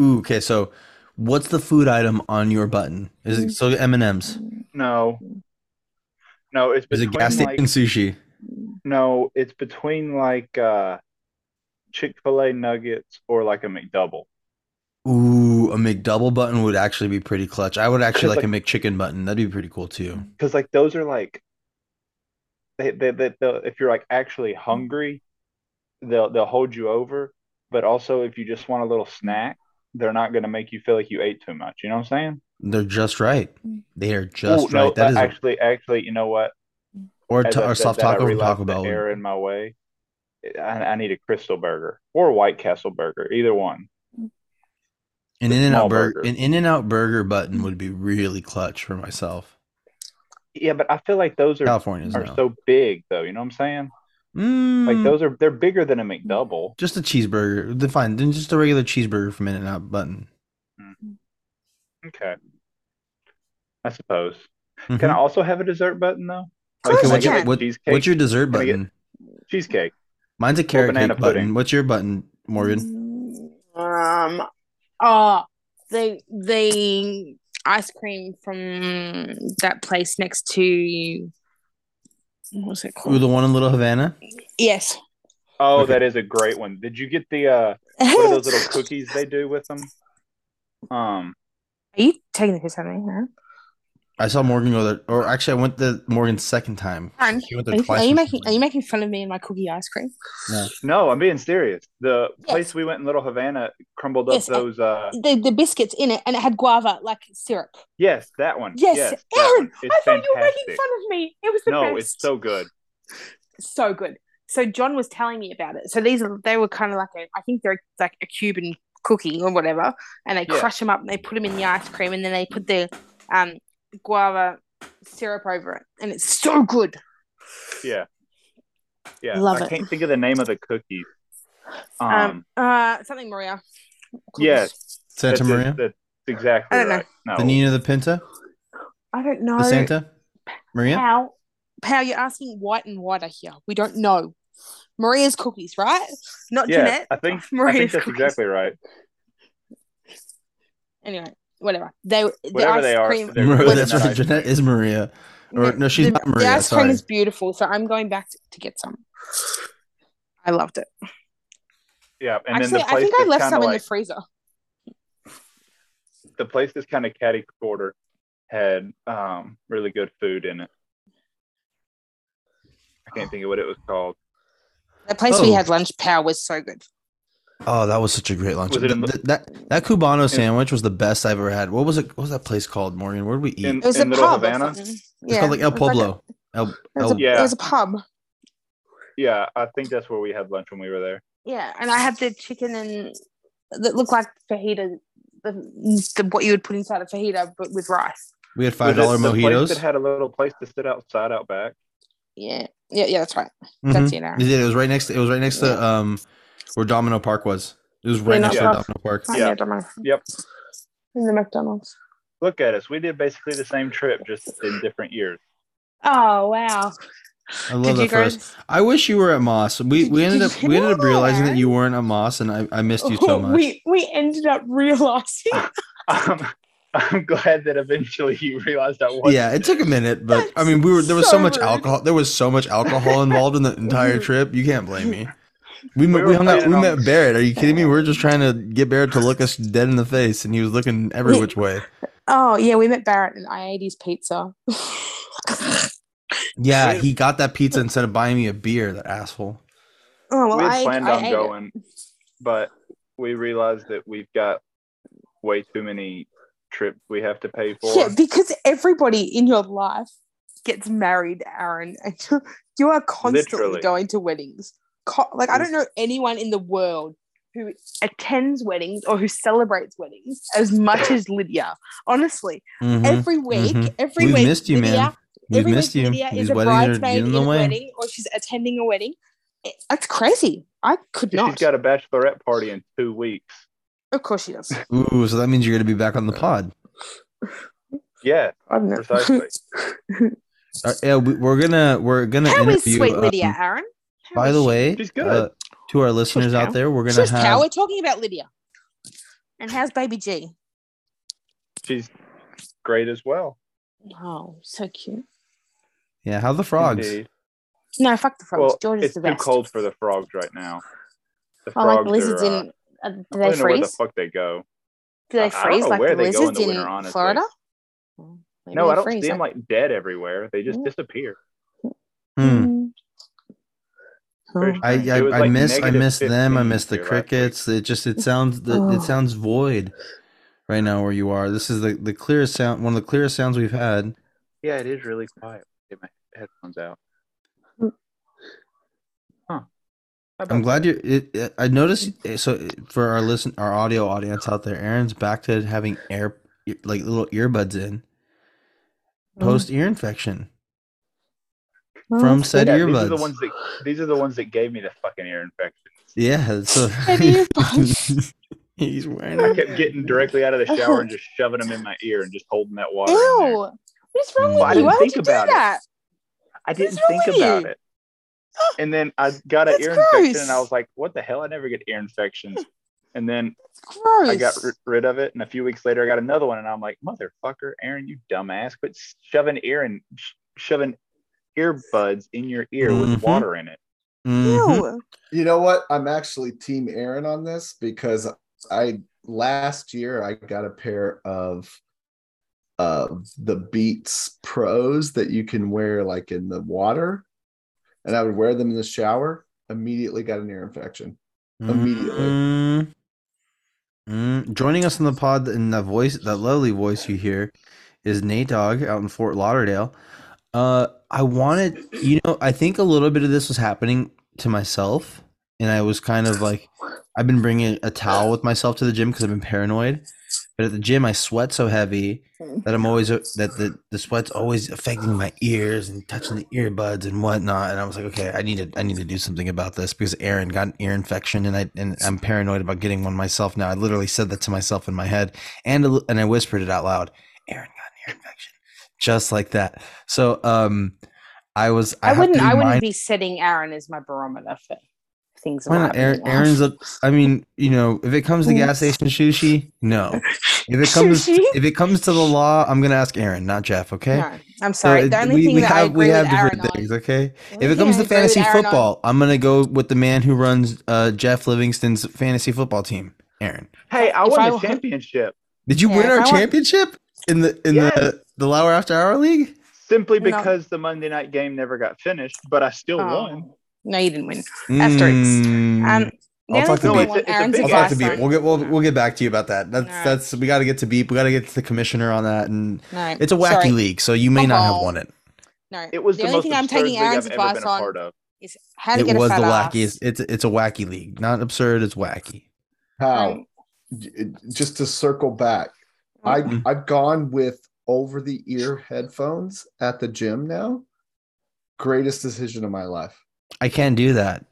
Speaker 2: Ooh, okay, so what's the food item on your button? Is
Speaker 3: Mm.
Speaker 2: it so M and M's?
Speaker 5: No, no, it's
Speaker 2: Is it
Speaker 5: between
Speaker 2: gas station
Speaker 5: like
Speaker 2: sushi?
Speaker 5: no, it's between like uh, Chick-fil-A nuggets or like a McDouble.
Speaker 2: Ooh, a McDouble button would actually be pretty clutch. I would actually like
Speaker 5: It's
Speaker 2: a McChicken button. That'd be pretty cool too.
Speaker 5: because like those are like they, they, they they'll, if you're like actually hungry they'll they'll hold you over but also if you just want a little snack they're not going to make you feel like you ate too much you know what i'm saying
Speaker 2: They're just right. They are
Speaker 5: Oh
Speaker 2: just
Speaker 5: no
Speaker 2: right. That is, a-
Speaker 5: actually actually you know what
Speaker 2: or
Speaker 5: As
Speaker 2: ta-
Speaker 5: I
Speaker 2: or
Speaker 5: said
Speaker 2: soft
Speaker 5: that, I
Speaker 2: taco from
Speaker 5: realized
Speaker 2: Taco
Speaker 5: the
Speaker 2: Bell.
Speaker 5: error in my way I, I need a crystal burger or a white castle burger either one
Speaker 2: An In and
Speaker 5: small
Speaker 2: Out burger,
Speaker 5: burger.
Speaker 2: an In and Out burger button would be really clutch for myself.
Speaker 5: yeah but i feel like those are
Speaker 2: California's
Speaker 5: are
Speaker 2: no.
Speaker 5: so big though you know what i'm saying like
Speaker 2: Mm,
Speaker 5: those are they're bigger than a mcdouble
Speaker 2: just a cheeseburger. Then Fine, then just a regular cheeseburger from In and Out button.
Speaker 5: okay i suppose
Speaker 2: Mhm.
Speaker 5: Can I also have a dessert button though?
Speaker 3: Of course
Speaker 2: Okay,
Speaker 5: can I
Speaker 3: you
Speaker 2: what's,
Speaker 5: get,
Speaker 2: your,
Speaker 5: like,
Speaker 3: can.
Speaker 2: what,
Speaker 5: cheesecake?
Speaker 2: what's your dessert
Speaker 5: Can I get-
Speaker 2: button?
Speaker 5: cheesecake?
Speaker 2: Mine's a carrot
Speaker 5: banana
Speaker 2: cake button.
Speaker 5: pudding.
Speaker 2: What's your button,
Speaker 3: Mm.
Speaker 2: Morgan?
Speaker 3: Um. Oh, the the ice cream from that place next to what's it
Speaker 2: Ooh,
Speaker 3: called?
Speaker 2: the one in Little Havana.
Speaker 3: yes.
Speaker 5: Oh,
Speaker 2: Okay.
Speaker 5: that is a great one. Did you get the uh what are those little cookies they do with them? Um
Speaker 3: Are you taking the piss out of me? Huh?
Speaker 2: I saw Morgan go there, or actually, I went the Morgan's second time.
Speaker 3: Fine.
Speaker 2: She went
Speaker 3: Are
Speaker 2: there
Speaker 3: you,
Speaker 2: twice
Speaker 3: are you
Speaker 2: with
Speaker 3: making
Speaker 2: Morgan.
Speaker 3: Are you making fun of me and my cookie ice cream?
Speaker 5: no, I'm being serious. The
Speaker 3: Yes.
Speaker 5: place we went in Little Havana crumbled
Speaker 3: Yes,
Speaker 5: up those uh
Speaker 3: The the biscuits in it, and it had guava like syrup.
Speaker 5: yes, that one.
Speaker 3: Yes,
Speaker 5: that
Speaker 3: Aaron,
Speaker 5: one. It's
Speaker 3: I thought you were making
Speaker 5: fantastic.
Speaker 3: fun of me. It was the
Speaker 5: No,
Speaker 3: best.
Speaker 5: it's so good.
Speaker 3: so good. So John was telling me about it. So these are they were kind of like a I think they're like a Cuban cookie or whatever, and they
Speaker 5: Yeah.
Speaker 3: crush them up and they put them in the ice cream and then they put the um guava syrup over it, and it's so good.
Speaker 5: Yeah. Yeah.
Speaker 3: Love
Speaker 5: I
Speaker 3: it.
Speaker 5: can't think of the name of the cookies. Um,
Speaker 3: Um, uh, something Maria.
Speaker 5: Yes.
Speaker 2: Santa
Speaker 5: that's it.
Speaker 2: Maria,
Speaker 5: That's exactly
Speaker 3: I don't know.
Speaker 5: right. No.
Speaker 2: the Nina, the Pinta,
Speaker 3: I don't know.
Speaker 2: the Santa, Maria.
Speaker 3: How? How you're asking white and whiter here? We don't know. Maria's cookies, right? Not
Speaker 5: yeah,
Speaker 3: Uh, Jeanette.
Speaker 5: I think I
Speaker 3: Maria's
Speaker 5: think that's
Speaker 3: cookies.
Speaker 5: exactly right.
Speaker 3: Anyway, whatever. They the
Speaker 5: Whatever
Speaker 3: ice
Speaker 5: they are,
Speaker 3: cream.
Speaker 5: they're
Speaker 2: Maria
Speaker 5: good
Speaker 2: that's
Speaker 5: in that
Speaker 2: right.
Speaker 5: ice
Speaker 2: Jeanette is Maria. Or- no, she's
Speaker 3: the,
Speaker 2: not
Speaker 3: the
Speaker 2: Maria,
Speaker 3: ice
Speaker 2: sorry.
Speaker 3: cream is beautiful, so I'm going back to, to get some. I loved it.
Speaker 5: Yeah, and
Speaker 3: Actually,
Speaker 5: then the
Speaker 3: I
Speaker 5: place
Speaker 3: think I
Speaker 5: that's
Speaker 3: left
Speaker 5: kind
Speaker 3: some
Speaker 5: of
Speaker 3: in
Speaker 5: like
Speaker 3: the freezer.
Speaker 5: the place that's kind of catty quarter had um really good food in it. I can't think of what it was called.
Speaker 3: The place we
Speaker 2: Oh.
Speaker 3: had lunch, pow, was so good.
Speaker 2: Oh, that was such a great lunch.
Speaker 5: Was it in
Speaker 2: Th- th- that that Cubano
Speaker 5: in-
Speaker 2: sandwich was the best I've ever had. What was it? What was that place called, Morgan? Where did we eat?
Speaker 5: In,
Speaker 3: It was
Speaker 5: in
Speaker 3: a
Speaker 5: Little
Speaker 3: pub. or
Speaker 5: Havana.
Speaker 3: something.
Speaker 2: it's
Speaker 3: yeah,
Speaker 2: called like El
Speaker 3: it was a-
Speaker 2: Pueblo. El,
Speaker 3: it, was a,
Speaker 2: El-
Speaker 5: Yeah.
Speaker 3: it was a pub.
Speaker 5: Yeah, I think that's where we had lunch when we were there.
Speaker 3: Yeah, and I had the chicken and that looked like fajita, the, the what you would put inside a fajita, but with rice.
Speaker 2: we had five
Speaker 5: Was
Speaker 2: dollar
Speaker 5: it the place
Speaker 2: mojitos.
Speaker 5: that had a little place to sit outside out back.
Speaker 3: Yeah, yeah, yeah. That's right.
Speaker 2: Mhm.
Speaker 3: That's you know.
Speaker 2: It did. It was right next. It was right next to um, where Domino Park was. It was right
Speaker 3: Yeah,
Speaker 2: next to
Speaker 5: yeah.
Speaker 3: uh,
Speaker 2: Domino Park.
Speaker 3: I
Speaker 5: Yeah.
Speaker 3: know, don't know.
Speaker 5: Yep.
Speaker 3: In the McDonald's.
Speaker 5: Look at us. We did basically the same trip, just in different years.
Speaker 3: Oh wow.
Speaker 2: I love that first. I wish you were at Moss. We we
Speaker 3: Did
Speaker 2: ended
Speaker 3: you
Speaker 2: up we ended up
Speaker 3: know
Speaker 2: realizing that
Speaker 3: that?
Speaker 2: you weren't at Moss, and I, I missed you so much.
Speaker 3: We we ended up realizing
Speaker 5: Um, I'm glad that eventually you realized I was.
Speaker 2: yeah, it took a minute, but I
Speaker 3: That's
Speaker 2: mean, we were there was so,
Speaker 3: so
Speaker 2: much
Speaker 3: rude. Mm-hmm.
Speaker 2: alcohol. There was so much alcohol involved in the entire trip. You can't blame me. We met,
Speaker 5: were
Speaker 2: we hung out, we
Speaker 5: planning on-
Speaker 2: met Barrett. Are you kidding me? We were just trying to get Barrett to look us dead in the face, and he was looking every
Speaker 3: We-
Speaker 2: which way.
Speaker 3: Oh yeah, we met Barrett and I-80's pizza.
Speaker 2: Yeah,
Speaker 5: We-
Speaker 2: he got that pizza instead of buying me a beer. That asshole.
Speaker 3: Oh well,
Speaker 5: we had
Speaker 3: I,
Speaker 5: planned
Speaker 3: I
Speaker 5: on
Speaker 3: ate
Speaker 5: going, but we realized that we've got way too many trips we have to pay
Speaker 3: It.
Speaker 5: for.
Speaker 3: Yeah, because everybody in your life gets married, Aaron, and you- you are constantly
Speaker 5: Literally.
Speaker 3: going to weddings. Co- like I don't know anyone in the world who attends weddings or who celebrates weddings as much as Lydia. Honestly,
Speaker 2: Mhm.
Speaker 3: every week,
Speaker 2: mhm.
Speaker 3: every
Speaker 2: We've
Speaker 3: week,
Speaker 2: missed you, man.
Speaker 3: Lydia,
Speaker 2: We've
Speaker 3: every
Speaker 2: missed
Speaker 3: week
Speaker 2: you.
Speaker 3: Lydia
Speaker 2: These
Speaker 3: is a
Speaker 2: weddings are
Speaker 3: bridesmaid
Speaker 2: getting
Speaker 3: in a
Speaker 2: in the way.
Speaker 3: wedding or she's attending a wedding. It- that's crazy. I could
Speaker 5: She's
Speaker 3: not.
Speaker 5: got a bachelorette party in two weeks.
Speaker 3: of course she does.
Speaker 2: Ooh, so that means you're gonna be back on the pod.
Speaker 5: Yeah,
Speaker 3: I don't know.
Speaker 5: precisely.
Speaker 2: Uh, yeah, we, we're gonna we're gonna
Speaker 3: How is
Speaker 2: interview.
Speaker 3: sweet
Speaker 2: um,
Speaker 3: Lydia, Aaron? How
Speaker 2: by
Speaker 3: is
Speaker 2: the
Speaker 3: she?
Speaker 2: way,
Speaker 5: She's good.
Speaker 2: uh, to our listeners
Speaker 3: cow.
Speaker 2: out there, we're gonna
Speaker 3: She's cow.
Speaker 2: have
Speaker 3: We're talking about Lydia. And how's baby G?
Speaker 5: She's great as well.
Speaker 3: Oh, so cute.
Speaker 2: yeah. How the frogs?
Speaker 5: Indeed.
Speaker 3: No, fuck the frogs.
Speaker 5: Well,
Speaker 3: George is
Speaker 5: it's
Speaker 3: the
Speaker 5: too
Speaker 3: best.
Speaker 5: cold for the frogs right now. The
Speaker 3: Oh,
Speaker 5: frogs
Speaker 3: like the lizards
Speaker 5: are, uh,
Speaker 3: in. Uh, do
Speaker 5: I
Speaker 3: they
Speaker 5: don't know where the
Speaker 3: freeze?
Speaker 5: fuck they go.
Speaker 3: do they
Speaker 5: I- I don't
Speaker 3: freeze
Speaker 5: know
Speaker 3: like
Speaker 5: where
Speaker 3: the
Speaker 5: they go in
Speaker 3: lizards
Speaker 5: the
Speaker 3: in,
Speaker 5: winter, honestly.
Speaker 3: Florida? Oh, maybe
Speaker 5: No,
Speaker 3: they
Speaker 5: I don't
Speaker 3: freeze
Speaker 5: see them like dead everywhere. They just
Speaker 3: Mm.
Speaker 5: disappear.
Speaker 2: Hmm.
Speaker 3: Oh.
Speaker 5: Very
Speaker 2: I
Speaker 5: It
Speaker 2: I,
Speaker 5: was
Speaker 2: I
Speaker 5: like
Speaker 2: miss I
Speaker 5: negative
Speaker 2: miss them. I
Speaker 5: 15
Speaker 2: miss the
Speaker 5: here last week.
Speaker 2: crickets. It just it sounds the,
Speaker 3: Oh.
Speaker 2: it sounds void right now where you are. This is the the clearest sound. One of the clearest sounds we've had.
Speaker 5: Yeah, it is really quiet. Get my headphones out.
Speaker 3: Hmm.
Speaker 5: Huh.
Speaker 2: I'm glad you. It, it, I noticed. eh, So for our listen, our audio audience out there, Aaron's back to having air e, like little earbuds in
Speaker 3: Mm.
Speaker 2: post ear infection
Speaker 3: Oh,
Speaker 2: from
Speaker 3: that's
Speaker 2: said
Speaker 5: Yeah, these are the
Speaker 2: earbuds.
Speaker 5: ones that these are the ones that gave me the fucking ear infection.
Speaker 2: yeah, so
Speaker 3: Said earbuds.
Speaker 2: he's wearing.
Speaker 5: I
Speaker 2: them.
Speaker 5: kept getting directly out of the shower and just shoving them in my ear and just holding that water. in there.
Speaker 3: Ew! What's wrong
Speaker 2: Well, I
Speaker 3: with you?
Speaker 5: didn't
Speaker 3: Why would
Speaker 5: think
Speaker 3: you do
Speaker 5: about it.
Speaker 3: that?
Speaker 5: I didn't
Speaker 3: wrong
Speaker 5: think
Speaker 3: with
Speaker 5: about
Speaker 3: you?
Speaker 5: it. And then I got an
Speaker 3: That's
Speaker 5: ear infection and I
Speaker 3: gross.
Speaker 5: was like, what the hell? I never get ear infections. And then
Speaker 3: It's gross.
Speaker 5: I got ri rid of it. And a few weeks later, I got another one. And I'm like, motherfucker, Aaron, you dumbass. Quit shoving ear and sh- shoving earbuds in your ear
Speaker 2: Mhm.
Speaker 5: with water in it.
Speaker 2: Mhm.
Speaker 3: Ew.
Speaker 1: You know what? I'm actually team Aaron on this because I last year I got a pair of of the Beats Pros that you can wear like in the water, and I would wear them in the shower. Immediately got an ear infection. Immediately.
Speaker 2: Mm. Mm. Joining us on the pod in that voice, that lovely voice you hear, is Nate Dog out in Fort Lauderdale. Uh, I wanted, you know, I think a little bit of this was happening to myself, and I was kind of like, I've been bringing a towel with myself to the gym because I've been paranoid. But at the gym, I sweat so heavy
Speaker 3: Mm.
Speaker 2: that I'm always that the, the sweat's always affecting my ears and touching the earbuds and whatnot. And I was like, okay, I need to I need to do something about this because Aaron got an ear infection and I and I'm paranoid about getting one myself now. I literally said that to myself in my head and a li- and I whispered it out loud. Aaron got an ear infection, just like that. So um, I was
Speaker 3: I,
Speaker 2: have
Speaker 3: wouldn't.
Speaker 2: to
Speaker 3: I
Speaker 2: remind-
Speaker 3: wouldn't be setting Aaron as my barometer for things.
Speaker 2: Why
Speaker 3: that
Speaker 2: not?
Speaker 3: happen
Speaker 2: Aaron,
Speaker 3: in life.
Speaker 2: Aaron's a. I mean, you know, if it comes to
Speaker 3: Mm.
Speaker 2: gas station sushi, no. If it comes,
Speaker 3: Sushi?
Speaker 2: if it comes to the law, I'm gonna ask Aaron, not Jeff. Okay.
Speaker 3: No, I'm sorry.
Speaker 2: it-
Speaker 3: the only thing that I agree with Aaron on.
Speaker 2: things. Okay.
Speaker 3: the only
Speaker 2: If it
Speaker 3: thing
Speaker 2: comes
Speaker 3: I
Speaker 2: to
Speaker 3: agree with
Speaker 2: fantasy
Speaker 3: Aaron on-
Speaker 2: football, I'm gonna go with the man who runs uh, Jeff Livingston's fantasy football team, Aaron.
Speaker 5: Hey, I
Speaker 3: If
Speaker 5: won
Speaker 3: I
Speaker 5: the
Speaker 3: won-
Speaker 5: championship
Speaker 2: Did you
Speaker 3: Yeah,
Speaker 2: win
Speaker 3: if
Speaker 2: our
Speaker 3: I want-
Speaker 2: championship in the in
Speaker 5: Yes.
Speaker 2: the the Lauer After Hour League?
Speaker 5: simply
Speaker 3: No.
Speaker 5: because the Monday night game never got finished, but I still won.
Speaker 3: Oh. No, you didn't win. Asterisks. Um, the
Speaker 2: I'll
Speaker 3: only
Speaker 2: talk to
Speaker 3: thing I
Speaker 2: Beep.
Speaker 3: want
Speaker 5: It's a- it's a
Speaker 3: Aaron's
Speaker 5: big
Speaker 2: I'll talk
Speaker 3: advice
Speaker 2: to
Speaker 5: ass-
Speaker 3: on.
Speaker 2: Beep. Hmm. We'll get we'll, we'll get back to you about that. That's
Speaker 3: Alright.
Speaker 2: that's we got to get to Beep. We got to get to the commissioner on that, and
Speaker 3: No,
Speaker 2: it's a wacky
Speaker 3: sorry.
Speaker 2: league, so you may not have
Speaker 3: Uh-oh.
Speaker 2: won it.
Speaker 3: No,
Speaker 5: It was the,
Speaker 3: the only
Speaker 5: most
Speaker 3: thing I'm
Speaker 5: absurd
Speaker 3: taking
Speaker 5: league
Speaker 3: Aaron's
Speaker 5: I've ever
Speaker 3: advice
Speaker 5: been a
Speaker 3: on
Speaker 5: part of.
Speaker 3: is how to
Speaker 2: It
Speaker 3: get
Speaker 2: was
Speaker 3: a
Speaker 2: the
Speaker 3: fat ass.
Speaker 2: wackiest. It's it's a wacky league, not absurd. It's wacky.
Speaker 1: How?
Speaker 3: Um,
Speaker 1: J- just to circle back,
Speaker 3: Oh,
Speaker 2: Mhm.
Speaker 1: I I've gone with over the ear headphones at the gym now. Greatest decision of my life.
Speaker 2: I can't do that.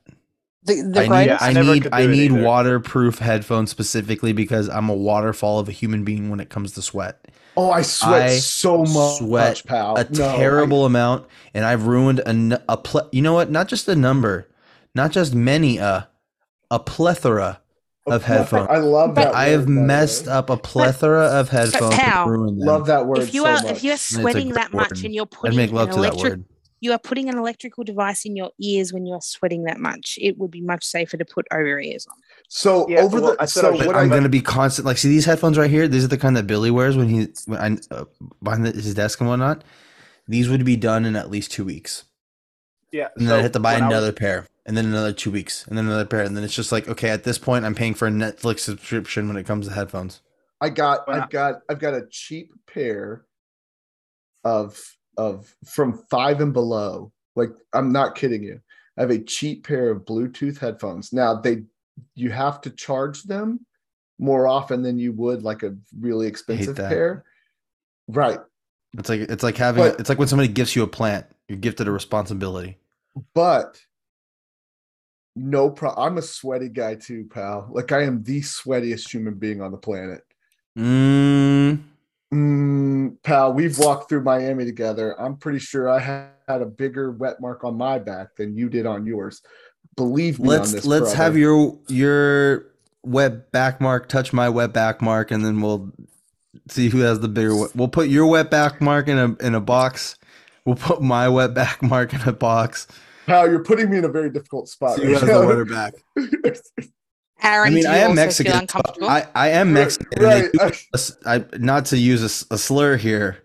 Speaker 3: the the
Speaker 2: I need
Speaker 5: Yeah,
Speaker 3: greatest.
Speaker 5: I
Speaker 2: I
Speaker 5: never
Speaker 2: need
Speaker 5: could do
Speaker 2: I
Speaker 5: it
Speaker 2: need
Speaker 5: either.
Speaker 2: waterproof headphones specifically because I'm a waterfall of a human being when it comes to sweat.
Speaker 1: Oh, I sweat
Speaker 2: I
Speaker 1: so much,
Speaker 2: sweat
Speaker 1: pal.
Speaker 5: Oh,
Speaker 2: a
Speaker 1: No,
Speaker 2: terrible amount, and I've ruined a n- a ple- you know what? Not just a number, not just many a a plethora
Speaker 1: I-
Speaker 2: of headphones.
Speaker 1: I love that.
Speaker 2: I have
Speaker 1: word, by the
Speaker 2: messed
Speaker 1: way.
Speaker 2: up a plethora of headphones. and
Speaker 3: pal,
Speaker 2: ruined them.
Speaker 1: Love that word.
Speaker 3: if you
Speaker 1: so
Speaker 3: are
Speaker 1: much.
Speaker 3: if you are sweating that
Speaker 2: great
Speaker 3: much
Speaker 2: word.
Speaker 3: and you're
Speaker 2: I'd
Speaker 3: putting
Speaker 2: make love
Speaker 3: an
Speaker 2: to that
Speaker 3: electric
Speaker 2: word.
Speaker 3: you are putting an electrical device in your ears when you are sweating that much. It would be much safer to put over ears on.
Speaker 1: So
Speaker 6: Yeah,
Speaker 1: over
Speaker 6: well,
Speaker 1: the
Speaker 6: I said I
Speaker 1: so
Speaker 6: was-
Speaker 2: But
Speaker 1: what
Speaker 2: I'm
Speaker 1: I
Speaker 2: gonna be constant. Like, see these headphones right here. These are the kind that Billy wears when he when I, uh, behind the, his desk and whatnot. These would be done in at least two weeks,
Speaker 6: Yeah.
Speaker 2: and then I
Speaker 6: so
Speaker 2: have to buy
Speaker 6: when I was-
Speaker 2: another pair, and then another two weeks, and then another pair, and then it's just like, okay, at this point, I'm paying for a Netflix subscription when it comes to headphones.
Speaker 1: I got
Speaker 5: Why
Speaker 1: I've
Speaker 5: not?
Speaker 1: got I've got a cheap pair of of from five and below. Like I'm not kidding you. I have a cheap pair of Bluetooth headphones. Now they you have to charge them more often than you would like a really expensive
Speaker 2: that.
Speaker 1: pair. Right.
Speaker 2: It's like it's like having
Speaker 1: But-
Speaker 2: it's like when somebody gifts you a plant, you're gifted a responsibility.
Speaker 1: But no pro I'm a sweaty guy too, pal. Like I am the sweatiest human being on the planet.
Speaker 2: Mm,
Speaker 1: Mm, pal, we've walked through Miami together. I'm pretty sure I had, had a bigger wet mark on my back than you did on yours. Believe me. on
Speaker 2: let's
Speaker 1: this,
Speaker 2: let's
Speaker 1: brother.
Speaker 2: have your your wet back mark touch my wet back mark, and then we'll see who has the bigger. wet- We'll put your wet back mark in a in a box. We'll put my wet back mark in a box.
Speaker 1: pal. You're putting me in a very difficult spot.
Speaker 2: See who
Speaker 1: Right
Speaker 2: has the
Speaker 1: now.
Speaker 2: wetter back.
Speaker 3: Aaron,
Speaker 2: I mean,
Speaker 3: do you
Speaker 2: I am
Speaker 3: also
Speaker 2: Mexican.
Speaker 3: feel
Speaker 2: so
Speaker 3: uncomfortable?
Speaker 2: I I am Mexican. and they
Speaker 1: right.
Speaker 2: do
Speaker 1: I-
Speaker 2: us- I, not to use a s- a, slur here.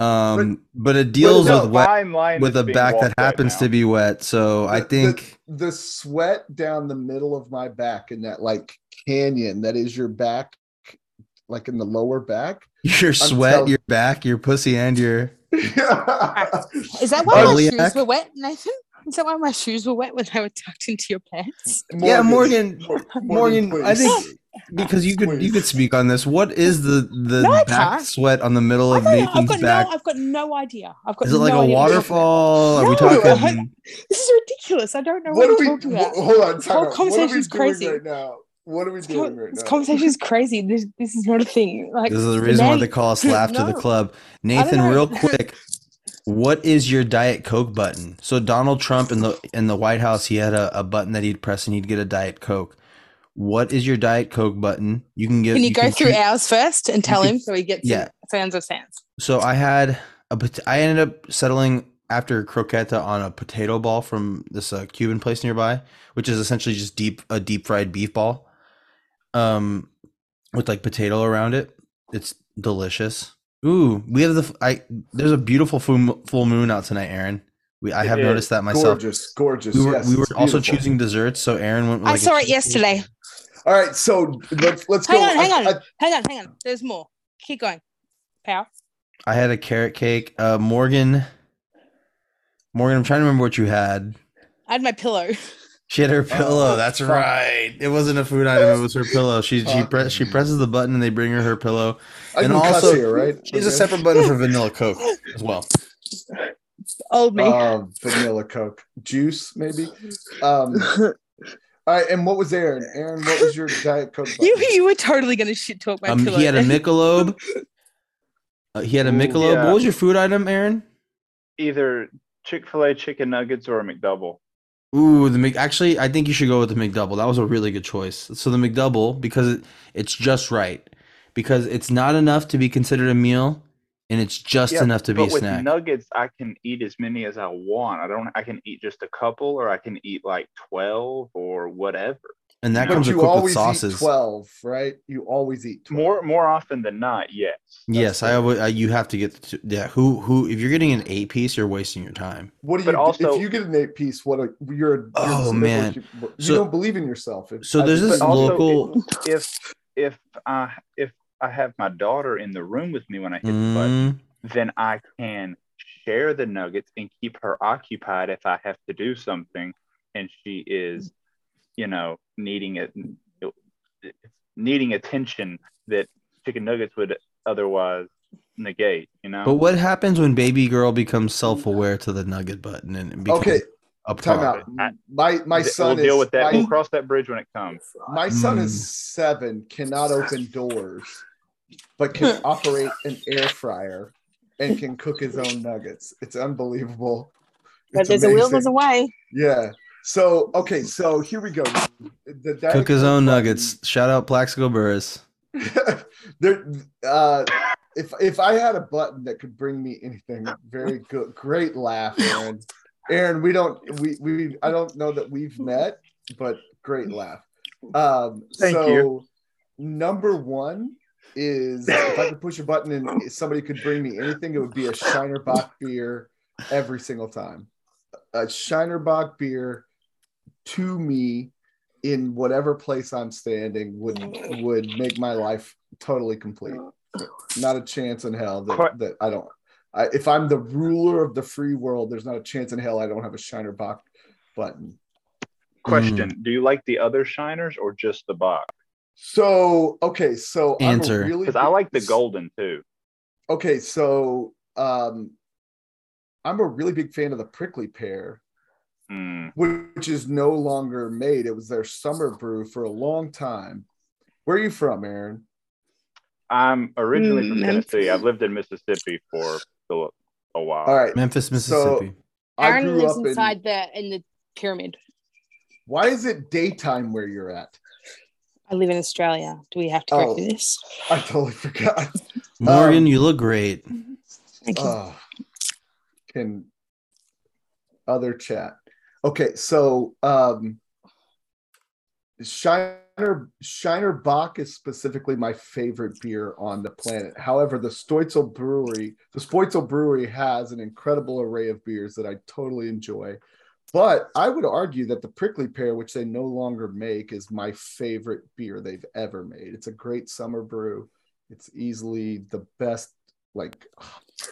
Speaker 2: Um, but it deals
Speaker 1: no,
Speaker 2: with wet
Speaker 5: fine line
Speaker 2: with
Speaker 5: is
Speaker 2: a
Speaker 5: being
Speaker 2: back that
Speaker 5: walked right
Speaker 2: happens
Speaker 5: now.
Speaker 2: to be wet. So
Speaker 1: The-
Speaker 2: I
Speaker 1: the-
Speaker 2: think.
Speaker 1: the, sweat down the middle of my back in that like canyon that is your back, like in the lower back.
Speaker 2: Your sweat,
Speaker 1: telling-
Speaker 2: your back, your pussy, and your
Speaker 3: Is that why my
Speaker 2: Belly
Speaker 3: shoes
Speaker 2: act?
Speaker 3: were wet, Nathan? Is that why my shoes were wet when they were tucked into your pants?
Speaker 2: yeah, Morgan.
Speaker 1: Mor-
Speaker 2: Morgan, I
Speaker 1: please.
Speaker 2: think because you could you
Speaker 1: Please.
Speaker 2: could speak on this. What is the the
Speaker 3: No, I
Speaker 2: back
Speaker 3: can't.
Speaker 2: sweat on the middle
Speaker 3: I
Speaker 2: of
Speaker 3: don't know. I've
Speaker 2: Nathan's
Speaker 3: got
Speaker 2: back?
Speaker 3: no. I've got no idea. I've got.
Speaker 2: is it like
Speaker 3: no
Speaker 2: a
Speaker 3: idea what you're talking about.
Speaker 2: waterfall? Are we
Speaker 3: No, I-
Speaker 2: talking?
Speaker 3: This is ridiculous. I don't know
Speaker 1: what
Speaker 3: what,
Speaker 1: are we?
Speaker 3: you're talking about.
Speaker 1: wh- hold on,
Speaker 3: This
Speaker 1: time out.
Speaker 3: whole
Speaker 1: what are we
Speaker 3: conversation's
Speaker 1: doing
Speaker 3: crazy.
Speaker 1: right now? What are we
Speaker 3: This,
Speaker 1: doing
Speaker 3: con-
Speaker 1: right
Speaker 3: this
Speaker 1: now?
Speaker 3: conversation is crazy. This this is not a thing. Like
Speaker 2: This is the reason why
Speaker 3: man-
Speaker 2: they call us laugh to the
Speaker 3: No.
Speaker 2: club. Nathan,
Speaker 3: know.
Speaker 2: real quick, what is your diet coke button? So Donald Trump in the in the White House, he had a, a button that he'd press and he'd get a diet coke. What is your diet coke button? You can get.
Speaker 3: Can you, go through
Speaker 2: choose-
Speaker 3: ours first and tell
Speaker 2: can-
Speaker 3: him so he gets
Speaker 2: yeah.
Speaker 3: yeah. fans of fans?
Speaker 2: So I had a pot- I ended up settling after croqueta on a potato ball from this uh, Cuban place nearby, which is essentially just deep a deep fried beef ball, um, with like potato around it. It's delicious. Ooh, we have the f- I. There's a beautiful full mo- full moon out tonight, Aaron. We I
Speaker 5: It
Speaker 2: have
Speaker 5: is
Speaker 2: noticed that myself.
Speaker 1: Gorgeous, gorgeous.
Speaker 2: We were
Speaker 1: yes,
Speaker 2: we were
Speaker 1: it's
Speaker 2: also
Speaker 1: beautiful.
Speaker 2: choosing desserts, so Aaron went. With
Speaker 3: I
Speaker 2: like a
Speaker 3: saw it
Speaker 2: cheesecake.
Speaker 3: yesterday.
Speaker 1: All right, so let's let's
Speaker 3: Hang
Speaker 1: go.
Speaker 3: on,
Speaker 1: I-
Speaker 3: hang on,
Speaker 1: I-
Speaker 3: hang on, hang on. There's more. Keep going. Pow.
Speaker 2: I had a carrot cake. Uh, Morgan. Morgan, I'm trying to remember what you had.
Speaker 3: I had my pillow.
Speaker 2: She had her pillow.
Speaker 1: Oh,
Speaker 2: that's
Speaker 1: fuck.
Speaker 2: right. It wasn't a food item. It was her pillow. She she
Speaker 1: Fuck.
Speaker 2: press she presses the button and they bring her her pillow.
Speaker 1: I
Speaker 2: and
Speaker 1: can cuss
Speaker 2: also-
Speaker 1: here, right?
Speaker 2: She has a separate button for vanilla coke as well.
Speaker 3: Old me.
Speaker 1: um, vanilla Coke juice, maybe. Um, all right, and what was Aaron? Aaron, what was your diet Coke?
Speaker 3: you
Speaker 1: button?
Speaker 3: you were totally gonna shit talk my
Speaker 2: Um,
Speaker 3: pillow.
Speaker 2: he had a Michelob. Uh, he had a
Speaker 5: Ooh,
Speaker 2: Michelob.
Speaker 5: yeah.
Speaker 2: What was your food item, Aaron?
Speaker 5: Either Chick Fil A chicken nuggets or a McDouble.
Speaker 2: Ooh, the Mc. Actually, I think you should go with the McDouble. That was a really good choice. So the McDouble because it, it's just right because it's not enough to be considered a meal, and it's just
Speaker 5: Yeah,
Speaker 2: enough to be
Speaker 5: but
Speaker 2: a
Speaker 5: with
Speaker 2: snack.
Speaker 5: nuggets, I can eat as many as I want. I don't. I can eat just a couple, or I can eat like twelve or whatever.
Speaker 2: and that
Speaker 5: But
Speaker 2: comes
Speaker 1: but you
Speaker 2: equipped with
Speaker 1: always eat
Speaker 2: sauces.
Speaker 1: twelve, right? You always eat 12.
Speaker 5: More more often than not, yes.
Speaker 2: Yes, I
Speaker 1: fair.
Speaker 2: always I, you have to get the two, yeah. Who who if you're getting an eight piece, you're wasting your time.
Speaker 1: What do
Speaker 5: But
Speaker 1: you
Speaker 5: also-
Speaker 1: if you get an eight piece? What a you're, you're cynical,
Speaker 2: Oh, man.
Speaker 1: You, you
Speaker 2: So-
Speaker 1: don't believe in yourself. If-
Speaker 2: So
Speaker 1: I
Speaker 2: there's
Speaker 1: think
Speaker 2: this
Speaker 1: that-
Speaker 5: also-
Speaker 2: local.
Speaker 5: If if I if I have my daughter in the room with me when I hit the button,
Speaker 2: Mm,
Speaker 5: then I can share the nuggets and keep her occupied if I have to do something and she is, you know, needing it needing attention that chicken nuggets would otherwise negate, you know.
Speaker 2: but what happens when baby girl becomes self aware to the nugget button and it becomes
Speaker 1: Okay,
Speaker 2: a
Speaker 1: time
Speaker 2: problem?
Speaker 1: out.
Speaker 5: Oh, I-
Speaker 1: My my
Speaker 5: Th-
Speaker 1: son
Speaker 5: we'll deal
Speaker 1: is
Speaker 5: with that.
Speaker 1: my-
Speaker 5: we'll cross that bridge when it comes.
Speaker 1: My son
Speaker 2: Mm.
Speaker 1: is seven, cannot open doors. but
Speaker 3: Mm.
Speaker 1: can operate an air fryer and can cook his own nuggets. It's unbelievable.
Speaker 3: But
Speaker 1: It's
Speaker 3: there's a will,
Speaker 1: amazing.
Speaker 3: there's a way.
Speaker 1: Yeah. So okay, so here we go. The Diet
Speaker 2: Cook his
Speaker 1: Coke button-
Speaker 2: own nuggets. Shout out Plaxico Burris.
Speaker 1: there, uh, if if I had a button that could bring me anything, very good, great laugh, Aaron. Aaron, we don't, we we, I don't know that we've met, but great laugh. Um,
Speaker 5: Thank
Speaker 1: so
Speaker 5: you.
Speaker 1: number one is if I could push a button and somebody could bring me anything, it would be a Shinerbach beer every single time. A Shinerbach beer to me in whatever place I'm standing would would make my life totally complete. Not a chance in hell
Speaker 5: Que-
Speaker 1: that, that I don't. I, if I'm the ruler of the free world, there's not a chance in hell I don't have a Shinerbach button.
Speaker 5: Question: Do you like the other shiners or just the box?
Speaker 1: So okay, so
Speaker 2: Answer.
Speaker 1: I'm a really
Speaker 5: Because I like the
Speaker 1: big-
Speaker 5: golden too.
Speaker 1: Okay, so um, I'm a really big fan of the prickly pear.
Speaker 5: Mm.
Speaker 1: which is no longer made. It was their summer brew for a long time. Where are you from, Aaron?
Speaker 5: I'm originally from
Speaker 3: Mm,
Speaker 5: Tennessee.
Speaker 3: Memphis.
Speaker 5: I've lived in Mississippi for a, a while.
Speaker 1: All right.
Speaker 2: Memphis, Mississippi.
Speaker 1: I
Speaker 3: Aaron
Speaker 1: grew
Speaker 3: lives
Speaker 1: up in.
Speaker 3: inside the in the pyramid.
Speaker 1: Why is it daytime where you're at?
Speaker 3: I live in Australia. Do we have to go
Speaker 1: Oh.
Speaker 3: through this?
Speaker 1: I totally forgot.
Speaker 2: Morgan,
Speaker 1: um,
Speaker 2: you look great.
Speaker 3: Thank you. Um,
Speaker 1: Oh, can other chat. Okay, so um Shiner Shiner Bach is specifically my favorite beer on the planet. However, the Stoitzel Brewery, the Stoitzel Brewery has an incredible array of beers that I totally enjoy. But I would argue that the prickly pear, which they no longer make, is my favorite beer they've ever made. It's a great summer brew. It's easily the best, like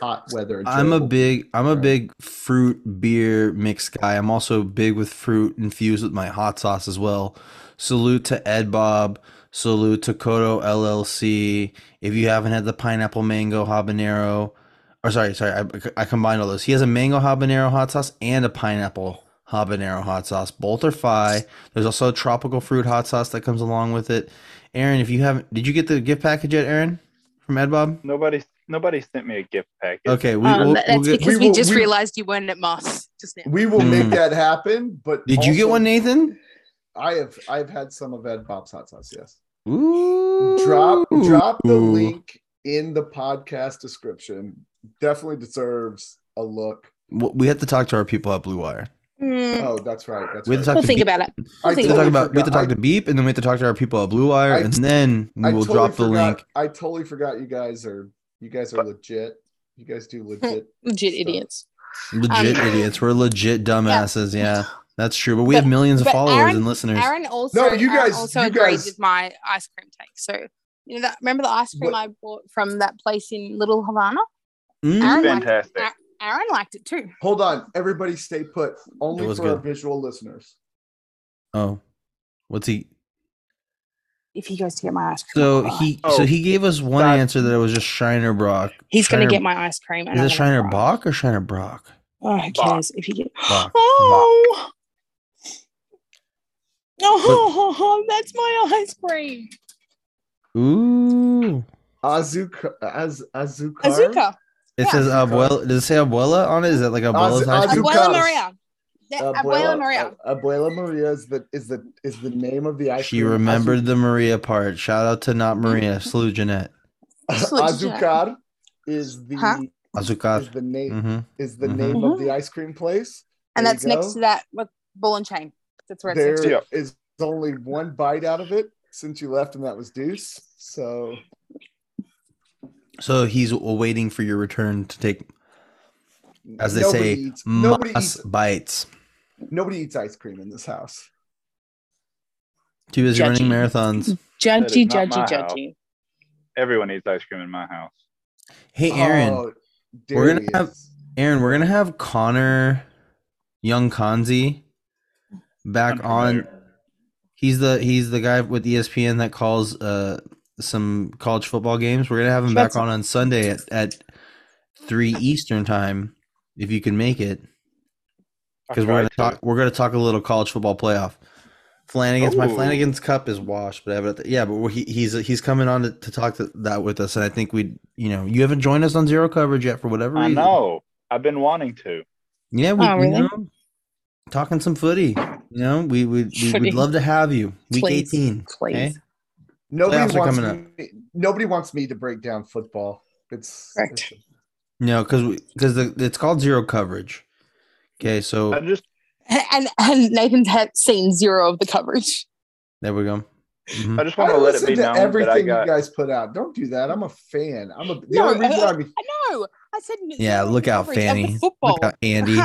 Speaker 1: hot weather.
Speaker 2: I'm a
Speaker 1: enjoyable
Speaker 2: big I'm a
Speaker 1: Right.
Speaker 2: big fruit beer mix guy. I'm also big with fruit infused with my hot sauce as well. Salute to Ed Bob. Salute to Kodo LLC. If you haven't had the pineapple mango habanero, or sorry, sorry, I, I combined all those. He has a mango habanero hot sauce and a pineapple habanero hot sauce. Both are fi. There's also a tropical fruit hot sauce that comes along with it. Aaron, if you haven't, did you get the gift package yet, Aaron, from Ed Bob?
Speaker 5: Nobody, nobody sent me a gift package.
Speaker 2: Okay, we,
Speaker 3: Um,
Speaker 2: will
Speaker 3: that's
Speaker 2: we'll get,
Speaker 3: because
Speaker 1: we
Speaker 3: we,
Speaker 1: will-
Speaker 3: just
Speaker 1: we-
Speaker 3: realized you weren't at Moss just now.
Speaker 1: We will make
Speaker 2: Mm.
Speaker 1: that happen. But
Speaker 2: Did you get
Speaker 1: also-
Speaker 2: one, Nathan?
Speaker 1: I have I've had some of Ed Bob's hot sauce. Yes.
Speaker 2: Ooh.
Speaker 1: Drop drop the link in the podcast description. Definitely deserves a look.
Speaker 2: W- We have to talk to our people at Blue Wire.
Speaker 3: Mm,
Speaker 1: Oh, that's right. That's
Speaker 2: We
Speaker 1: right.
Speaker 2: have to talk
Speaker 3: we'll
Speaker 2: to
Speaker 3: think
Speaker 2: Beep.
Speaker 3: about it.
Speaker 1: I
Speaker 2: We
Speaker 3: think
Speaker 2: have to
Speaker 1: totally
Speaker 2: talk about. We have to
Speaker 1: forgot-
Speaker 2: talk to Beep, and then we have to talk to our people at Blue Wire,
Speaker 1: I-
Speaker 2: and then
Speaker 1: I
Speaker 2: we will
Speaker 1: totally
Speaker 2: drop the
Speaker 1: forgot-
Speaker 2: link.
Speaker 1: I totally forgot you guys are you guys are legit. You guys do legit.
Speaker 3: Legit
Speaker 1: Stuff.
Speaker 3: idiots.
Speaker 2: Legit
Speaker 3: Um,
Speaker 2: idiots. We're legit dumbasses. Yeah, that's true. But we have
Speaker 3: But-
Speaker 2: millions of
Speaker 3: but
Speaker 2: followers
Speaker 3: Aaron-
Speaker 2: and listeners.
Speaker 3: Aaron also,
Speaker 1: No, you
Speaker 3: Aaron
Speaker 1: guys-
Speaker 3: also
Speaker 1: you
Speaker 3: agreed
Speaker 1: guys-
Speaker 3: with my ice cream take. So you know that remember the ice cream
Speaker 1: What-
Speaker 3: I bought from that place in Little Havana?
Speaker 2: Mm.
Speaker 3: Aaron liked it.
Speaker 5: Fantastic.
Speaker 3: Aaron- Aaron liked it too.
Speaker 1: Hold on, everybody, stay put. Only
Speaker 2: It
Speaker 1: for
Speaker 2: was
Speaker 1: our
Speaker 2: good.
Speaker 1: visual listeners.
Speaker 2: Oh, what's he?
Speaker 3: If he goes to get my ice cream,
Speaker 2: So
Speaker 3: I'll buy it.
Speaker 2: he.
Speaker 5: Oh,
Speaker 2: so he gave us one
Speaker 5: that-
Speaker 2: answer that it was just Shiner Brock.
Speaker 3: he's going
Speaker 2: Shiner-
Speaker 3: to get my ice cream. and
Speaker 2: Is
Speaker 3: I'm
Speaker 2: it
Speaker 3: gonna
Speaker 2: Shiner
Speaker 3: cry.
Speaker 2: Bach or Shiner Brock?
Speaker 3: Oh, who
Speaker 5: Bach.
Speaker 3: cares if you get?
Speaker 2: Bach.
Speaker 3: Oh. Oh, that's my ice cream.
Speaker 2: Ooh.
Speaker 1: Azuka, Az, Azucar?
Speaker 3: Azuka.
Speaker 2: It
Speaker 3: Yeah.
Speaker 2: says abuela. Does it say abuela on it? Is that like abuela's
Speaker 1: Az-
Speaker 2: ice cream?
Speaker 1: Azuca.
Speaker 3: Abuela Maria. The- Abuela Maria.
Speaker 1: Ab- Abuela Maria is the is the is the name of the ice
Speaker 2: She
Speaker 1: cream.
Speaker 2: remembered the Maria part. Shout out to not Maria. Salute Jeanette.
Speaker 3: Absolutely.
Speaker 1: Azucar is the
Speaker 3: Huh? Mm-hmm.
Speaker 1: is
Speaker 2: Azucar.
Speaker 1: the name
Speaker 2: hmm
Speaker 1: is the
Speaker 2: Mhm.
Speaker 1: name of the ice cream place.
Speaker 3: And
Speaker 1: There
Speaker 3: that's
Speaker 1: you go.
Speaker 3: next to that with ball and chain. That's where it's
Speaker 1: There
Speaker 3: next
Speaker 1: is
Speaker 3: to.
Speaker 5: Yeah.
Speaker 1: only one bite out of it since you left, and that was Deuce. So
Speaker 2: So he's waiting for your return to take, as they
Speaker 1: nobody
Speaker 2: say,
Speaker 1: eats, nobody
Speaker 2: mass
Speaker 1: eats
Speaker 2: bites.
Speaker 1: nobody eats ice cream in this house.
Speaker 2: Too busy running
Speaker 3: Judgy.
Speaker 2: marathons.
Speaker 5: That is
Speaker 3: Judgy,
Speaker 5: not my
Speaker 3: judgy,
Speaker 5: house.
Speaker 3: judgy.
Speaker 5: Everyone eats ice cream in my house.
Speaker 2: Hey Aaron,
Speaker 1: Oh,
Speaker 2: We're gonna
Speaker 1: Darius.
Speaker 2: have- Aaron, we're gonna have Connor, young Kanzi, back
Speaker 5: I'm
Speaker 2: on.
Speaker 5: familiar.
Speaker 2: He's the he's the guy with E ESPN that calls uh some college football games. We're gonna have him back
Speaker 3: That's-
Speaker 2: on on Sunday at at three Eastern time, if you can make it.
Speaker 5: I
Speaker 2: because we're
Speaker 5: try
Speaker 2: gonna
Speaker 5: to.
Speaker 2: talk. We're gonna talk a little college football playoff. Flanagan's my
Speaker 5: Ooh.
Speaker 2: Flanagan's cup is washed, but I have it. at the- Yeah, but we're- he, he's he's coming on to, to talk to that with us, and I think we, you know, you haven't joined us on zero coverage yet for whatever
Speaker 5: I
Speaker 2: reason.
Speaker 5: know. I've been wanting to.
Speaker 2: Yeah, we,
Speaker 3: Oh,
Speaker 2: you
Speaker 3: really?
Speaker 2: know, talking some footy. You know, we would we,
Speaker 3: Footy.
Speaker 2: would love to have you week
Speaker 3: Please.
Speaker 2: eighteen.
Speaker 3: Please.
Speaker 2: okay? Playoffs
Speaker 1: Nobody
Speaker 2: are
Speaker 1: wants
Speaker 2: coming
Speaker 1: me, nobody wants me to break down football. It's,
Speaker 3: Correct.
Speaker 1: it's-
Speaker 2: No, because because it's called zero coverage. Okay, so
Speaker 5: I just
Speaker 3: And and Nathan's had seen zero of the coverage.
Speaker 2: there we go. Mhm.
Speaker 5: I just want
Speaker 1: I
Speaker 5: to let it
Speaker 1: listen
Speaker 5: be
Speaker 1: to
Speaker 5: known that I
Speaker 1: everything
Speaker 5: got
Speaker 1: you guys put out. Don't do that. I'm a fan. I'm a the
Speaker 3: No,
Speaker 1: only reason
Speaker 3: uh,
Speaker 1: I'm
Speaker 3: I know. I said n-
Speaker 2: Yeah,
Speaker 3: zero of
Speaker 2: look
Speaker 3: the
Speaker 2: out,
Speaker 3: coverage of the
Speaker 2: Fanny.
Speaker 3: football.
Speaker 2: Look out, Andy,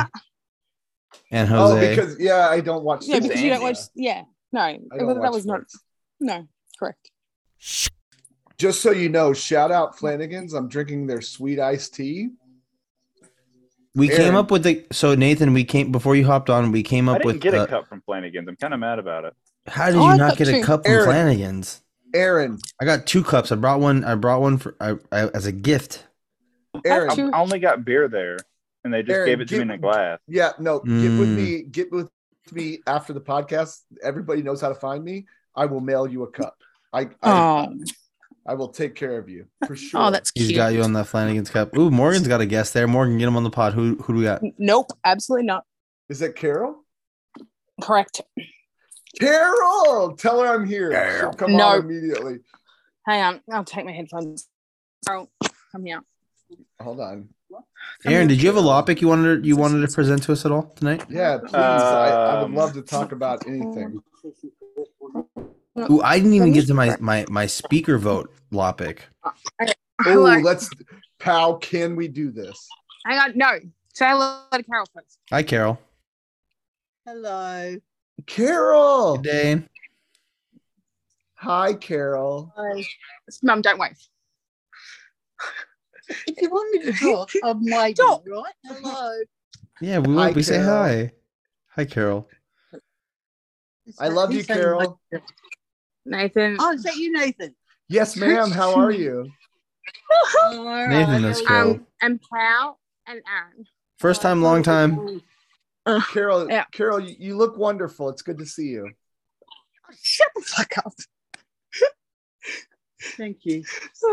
Speaker 2: and
Speaker 1: oh
Speaker 2: Jose.
Speaker 1: because yeah, I don't watch.
Speaker 3: yeah,
Speaker 1: the
Speaker 3: because
Speaker 1: game.
Speaker 3: you don't
Speaker 5: Andy.
Speaker 3: watch. Yeah, no,
Speaker 1: I don't
Speaker 3: that
Speaker 1: watch
Speaker 3: was not.
Speaker 1: sports.
Speaker 3: No, correct.
Speaker 1: Just so you know, shout out Flanagan's. I'm drinking their sweet iced tea.
Speaker 2: we came
Speaker 1: Aaron.
Speaker 2: up with the so Nathan. We came before you hopped on. We came
Speaker 5: I
Speaker 2: up
Speaker 5: didn't
Speaker 2: with
Speaker 5: get
Speaker 2: uh,
Speaker 5: a cup from Flanagan's. I'm kind of mad about it.
Speaker 2: how did
Speaker 3: Oh,
Speaker 2: you
Speaker 3: I
Speaker 2: not
Speaker 3: thought
Speaker 2: get a
Speaker 3: too.
Speaker 2: cup from
Speaker 1: Aaron.
Speaker 2: Flanagan's?
Speaker 1: Aaron,
Speaker 2: I got two cups. I brought one. I brought one for I, I, as a gift.
Speaker 1: Aaron,
Speaker 5: I
Speaker 3: Sure.
Speaker 5: I only got beer there, and they just
Speaker 1: Aaron,
Speaker 5: gave it to me
Speaker 1: give-
Speaker 5: in a glass.
Speaker 1: Yeah, no, get with
Speaker 2: Mm.
Speaker 1: me. Get with me after the podcast. Everybody knows how to find me. I will mail you a cup. I I,
Speaker 3: Oh,
Speaker 1: I will take care of you for sure.
Speaker 3: oh, that's
Speaker 2: He's
Speaker 3: cute.
Speaker 2: got you on that Flanagan's cup. Ooh, Morgan's got a guest there. Morgan, get him on the pod. Who who do we got?
Speaker 3: Nope, absolutely not
Speaker 1: is that Carol?
Speaker 3: correct.
Speaker 1: Carol, tell her I'm here. She'll come
Speaker 3: No.
Speaker 1: on immediately.
Speaker 3: Hang on, I'll take my headphones. Oh, I'm here.
Speaker 1: Hold on.
Speaker 2: Aaron, did you have a topic you wanted you wanted to present to us at all tonight?
Speaker 3: Uh,
Speaker 1: Yeah, please. I, I would
Speaker 5: Um,
Speaker 1: love to talk about anything.
Speaker 2: Ooh, I didn't even get to my my my speaker vote Lopic.
Speaker 1: Oh,
Speaker 3: Hello.
Speaker 1: let's pal. Can we do this?
Speaker 3: Hang on, no. Say hello to Carol first.
Speaker 2: Hi, Carol.
Speaker 6: Hello.
Speaker 5: Oh.
Speaker 1: Carol.
Speaker 2: Good day.
Speaker 1: Hi, Carol.
Speaker 3: Mum, don't wait.
Speaker 6: If you want me to talk, I'm waiting,
Speaker 3: Don't.
Speaker 6: right? Hello.
Speaker 2: Yeah, we
Speaker 1: Hi,
Speaker 2: will. We say
Speaker 1: Carol.
Speaker 2: hi. Hi, Carol.
Speaker 6: Is
Speaker 1: I
Speaker 6: that-
Speaker 1: love
Speaker 6: who's
Speaker 1: you,
Speaker 6: saying
Speaker 1: Carol.
Speaker 3: Nathan.
Speaker 6: hi? Oh, is that you, Nathan?
Speaker 1: Yes, ma'am. How are you?
Speaker 6: All right,
Speaker 2: Nathan is
Speaker 6: how are you?
Speaker 2: Carol.
Speaker 3: um, and Pal and Aaron.
Speaker 2: First time, long time.
Speaker 1: Carol,
Speaker 3: Yeah.
Speaker 1: Carol, you, you look wonderful. It's good to see you.
Speaker 3: Shut the fuck up.
Speaker 6: Thank you.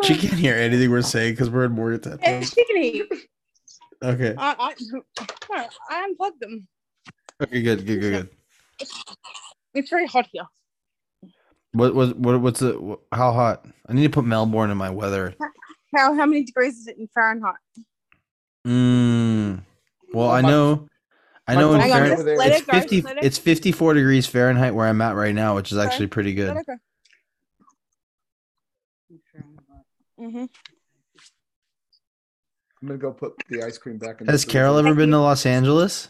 Speaker 2: She can't hear anything we're saying because we're in Morgan's headphones.
Speaker 3: Chickadee.
Speaker 2: Okay.
Speaker 3: I, I, no, I unplugged them.
Speaker 2: Okay. Good. Good. Good. Good.
Speaker 3: It's very hot here.
Speaker 2: What was what? What's the? wh- How hot? I need to put Melbourne in my weather.
Speaker 3: How how many degrees is it in Fahrenheit?
Speaker 2: Mm. Well, I know. I
Speaker 1: my
Speaker 2: know in
Speaker 1: phone- Fahrenheit-
Speaker 3: Hang on, just
Speaker 2: Fahrenheit,
Speaker 1: Over there.
Speaker 3: let
Speaker 2: it's
Speaker 3: it go.
Speaker 2: fifty.
Speaker 3: let, it,
Speaker 2: It's fifty-four degrees Fahrenheit where I'm at right now, which is
Speaker 3: Okay.
Speaker 2: actually pretty good.
Speaker 3: let it go. hmm
Speaker 1: I'm gonna go put the ice cream back in. the
Speaker 2: Has
Speaker 1: freezer.
Speaker 2: Carol ever been to Los Angeles?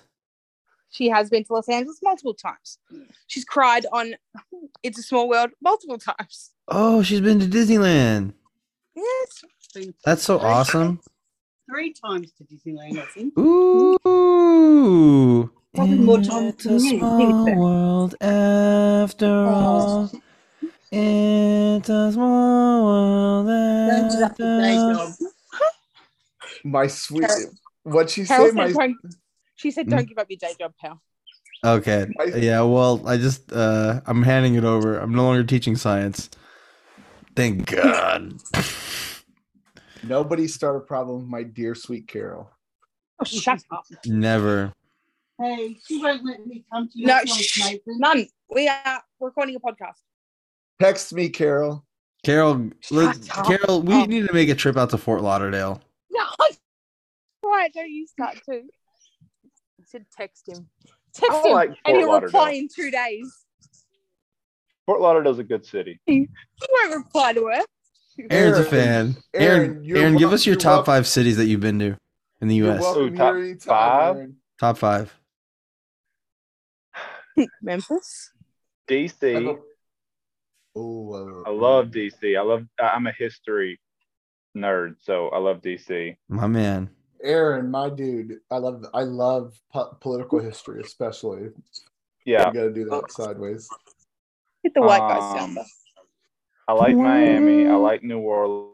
Speaker 3: She has been to Los Angeles multiple times. She's cried on It's a Small World multiple times.
Speaker 2: Oh, she's been to Disneyland.
Speaker 3: Yes.
Speaker 2: That's so
Speaker 6: Three-
Speaker 2: awesome.
Speaker 6: Three times to Disneyland, I think.
Speaker 2: Ooh.
Speaker 6: Probably more time
Speaker 2: It's
Speaker 6: than
Speaker 2: a
Speaker 6: me,
Speaker 2: small
Speaker 6: isn't it?
Speaker 2: world after all. It's a small world
Speaker 6: Don't do that
Speaker 2: after
Speaker 6: for day
Speaker 2: all.
Speaker 6: job.
Speaker 1: My sweet.
Speaker 3: Carol-
Speaker 1: What'd she
Speaker 3: Carol
Speaker 1: say?
Speaker 3: said,
Speaker 1: My
Speaker 3: don't, she said,
Speaker 2: Hmm?
Speaker 3: don't give up your day job, pal.
Speaker 2: Okay.
Speaker 1: My-
Speaker 2: Yeah, well, I just uh I'm handing it over. I'm no longer teaching science. Thank God.
Speaker 1: nobody start a problem. with My dear sweet Carol.
Speaker 3: Oh, shut up.
Speaker 2: Never.
Speaker 6: Hey, she won't let me come to your
Speaker 3: No,
Speaker 6: place,
Speaker 3: shh,
Speaker 6: Nathan.
Speaker 3: none. We are recording a podcast.
Speaker 1: Text me, Carol.
Speaker 2: Carol, let,
Speaker 3: Shut up.
Speaker 2: Carol, we
Speaker 3: Oh.
Speaker 2: need to make a trip out to Fort Lauderdale.
Speaker 3: No. Why don't you start too? I should text him. Text
Speaker 5: I
Speaker 3: him,
Speaker 5: like
Speaker 3: and
Speaker 5: Fort
Speaker 3: he'll reply
Speaker 5: Lauderdale.
Speaker 3: in two days.
Speaker 5: Fort Lauderdale's a good city.
Speaker 3: He won't reply to her.
Speaker 2: Aaron's a
Speaker 1: Aaron,
Speaker 2: fan. Aaron,
Speaker 1: Aaron,
Speaker 2: Aaron,
Speaker 1: you're
Speaker 2: give
Speaker 1: wel-
Speaker 2: us your
Speaker 1: you're
Speaker 2: top
Speaker 1: wel-
Speaker 2: five cities that you've been to in the
Speaker 1: You're
Speaker 2: U.S.
Speaker 1: welcome
Speaker 5: Ooh, top
Speaker 1: here anytime,
Speaker 5: five?
Speaker 1: Aaron.
Speaker 2: Top five.
Speaker 3: Memphis.
Speaker 1: I
Speaker 5: DC.
Speaker 1: go- Oh,
Speaker 5: I love DC. I love. I- I'm a history nerd, so I love DC.
Speaker 2: My man.
Speaker 1: Aaron, my dude. I love. I love po- political history, especially.
Speaker 5: Yeah,
Speaker 1: You got to do that sideways.
Speaker 3: Hit the white guy
Speaker 5: Um,
Speaker 3: sound.
Speaker 5: I like Miami. I like New Orleans.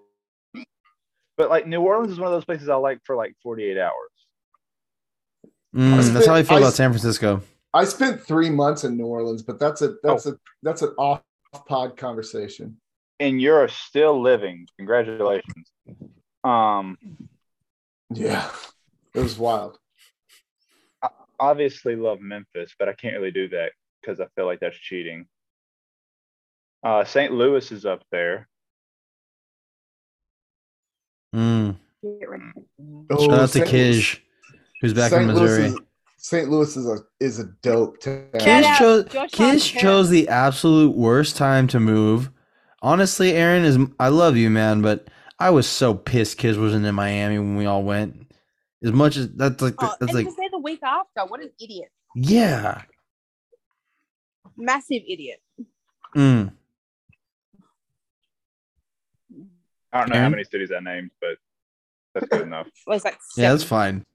Speaker 5: But like New Orleans is one of those places I like for like 48 hours.
Speaker 2: Mm, that's how I feel
Speaker 1: I
Speaker 2: about
Speaker 1: s-
Speaker 2: San Francisco.
Speaker 1: I spent three months in New Orleans, but that's a that's a that's an off pod conversation.
Speaker 5: and you're still living. Congratulations. Um,
Speaker 1: Yeah, it was wild.
Speaker 5: obviously love Memphis, but I can't really do that because I feel like that's cheating. Uh, St. Louis is up there.
Speaker 2: Mm.
Speaker 3: Get rid of it.
Speaker 2: Shout out to
Speaker 1: St.
Speaker 2: Kij, who's back
Speaker 1: St.
Speaker 2: in
Speaker 1: Louis
Speaker 2: Missouri.
Speaker 1: is, St. Louis is a is a dope town.
Speaker 3: Shout
Speaker 2: Kish
Speaker 3: out
Speaker 2: chose
Speaker 3: Josh
Speaker 2: Kish
Speaker 3: Hart.
Speaker 2: chose the absolute worst time to move. Honestly, Aaron is I love you, man, but I was so pissed Kish wasn't in Miami when we all went. As much as that's like
Speaker 3: Oh, and
Speaker 2: that's like
Speaker 3: was there the week after. What an idiot.
Speaker 2: yeah.
Speaker 3: Massive idiot.
Speaker 2: Mm.
Speaker 5: I don't know how
Speaker 2: Aaron?
Speaker 5: many cities I named, but that's good enough.
Speaker 3: It was like
Speaker 2: Yeah, that's
Speaker 3: seven.
Speaker 2: fine.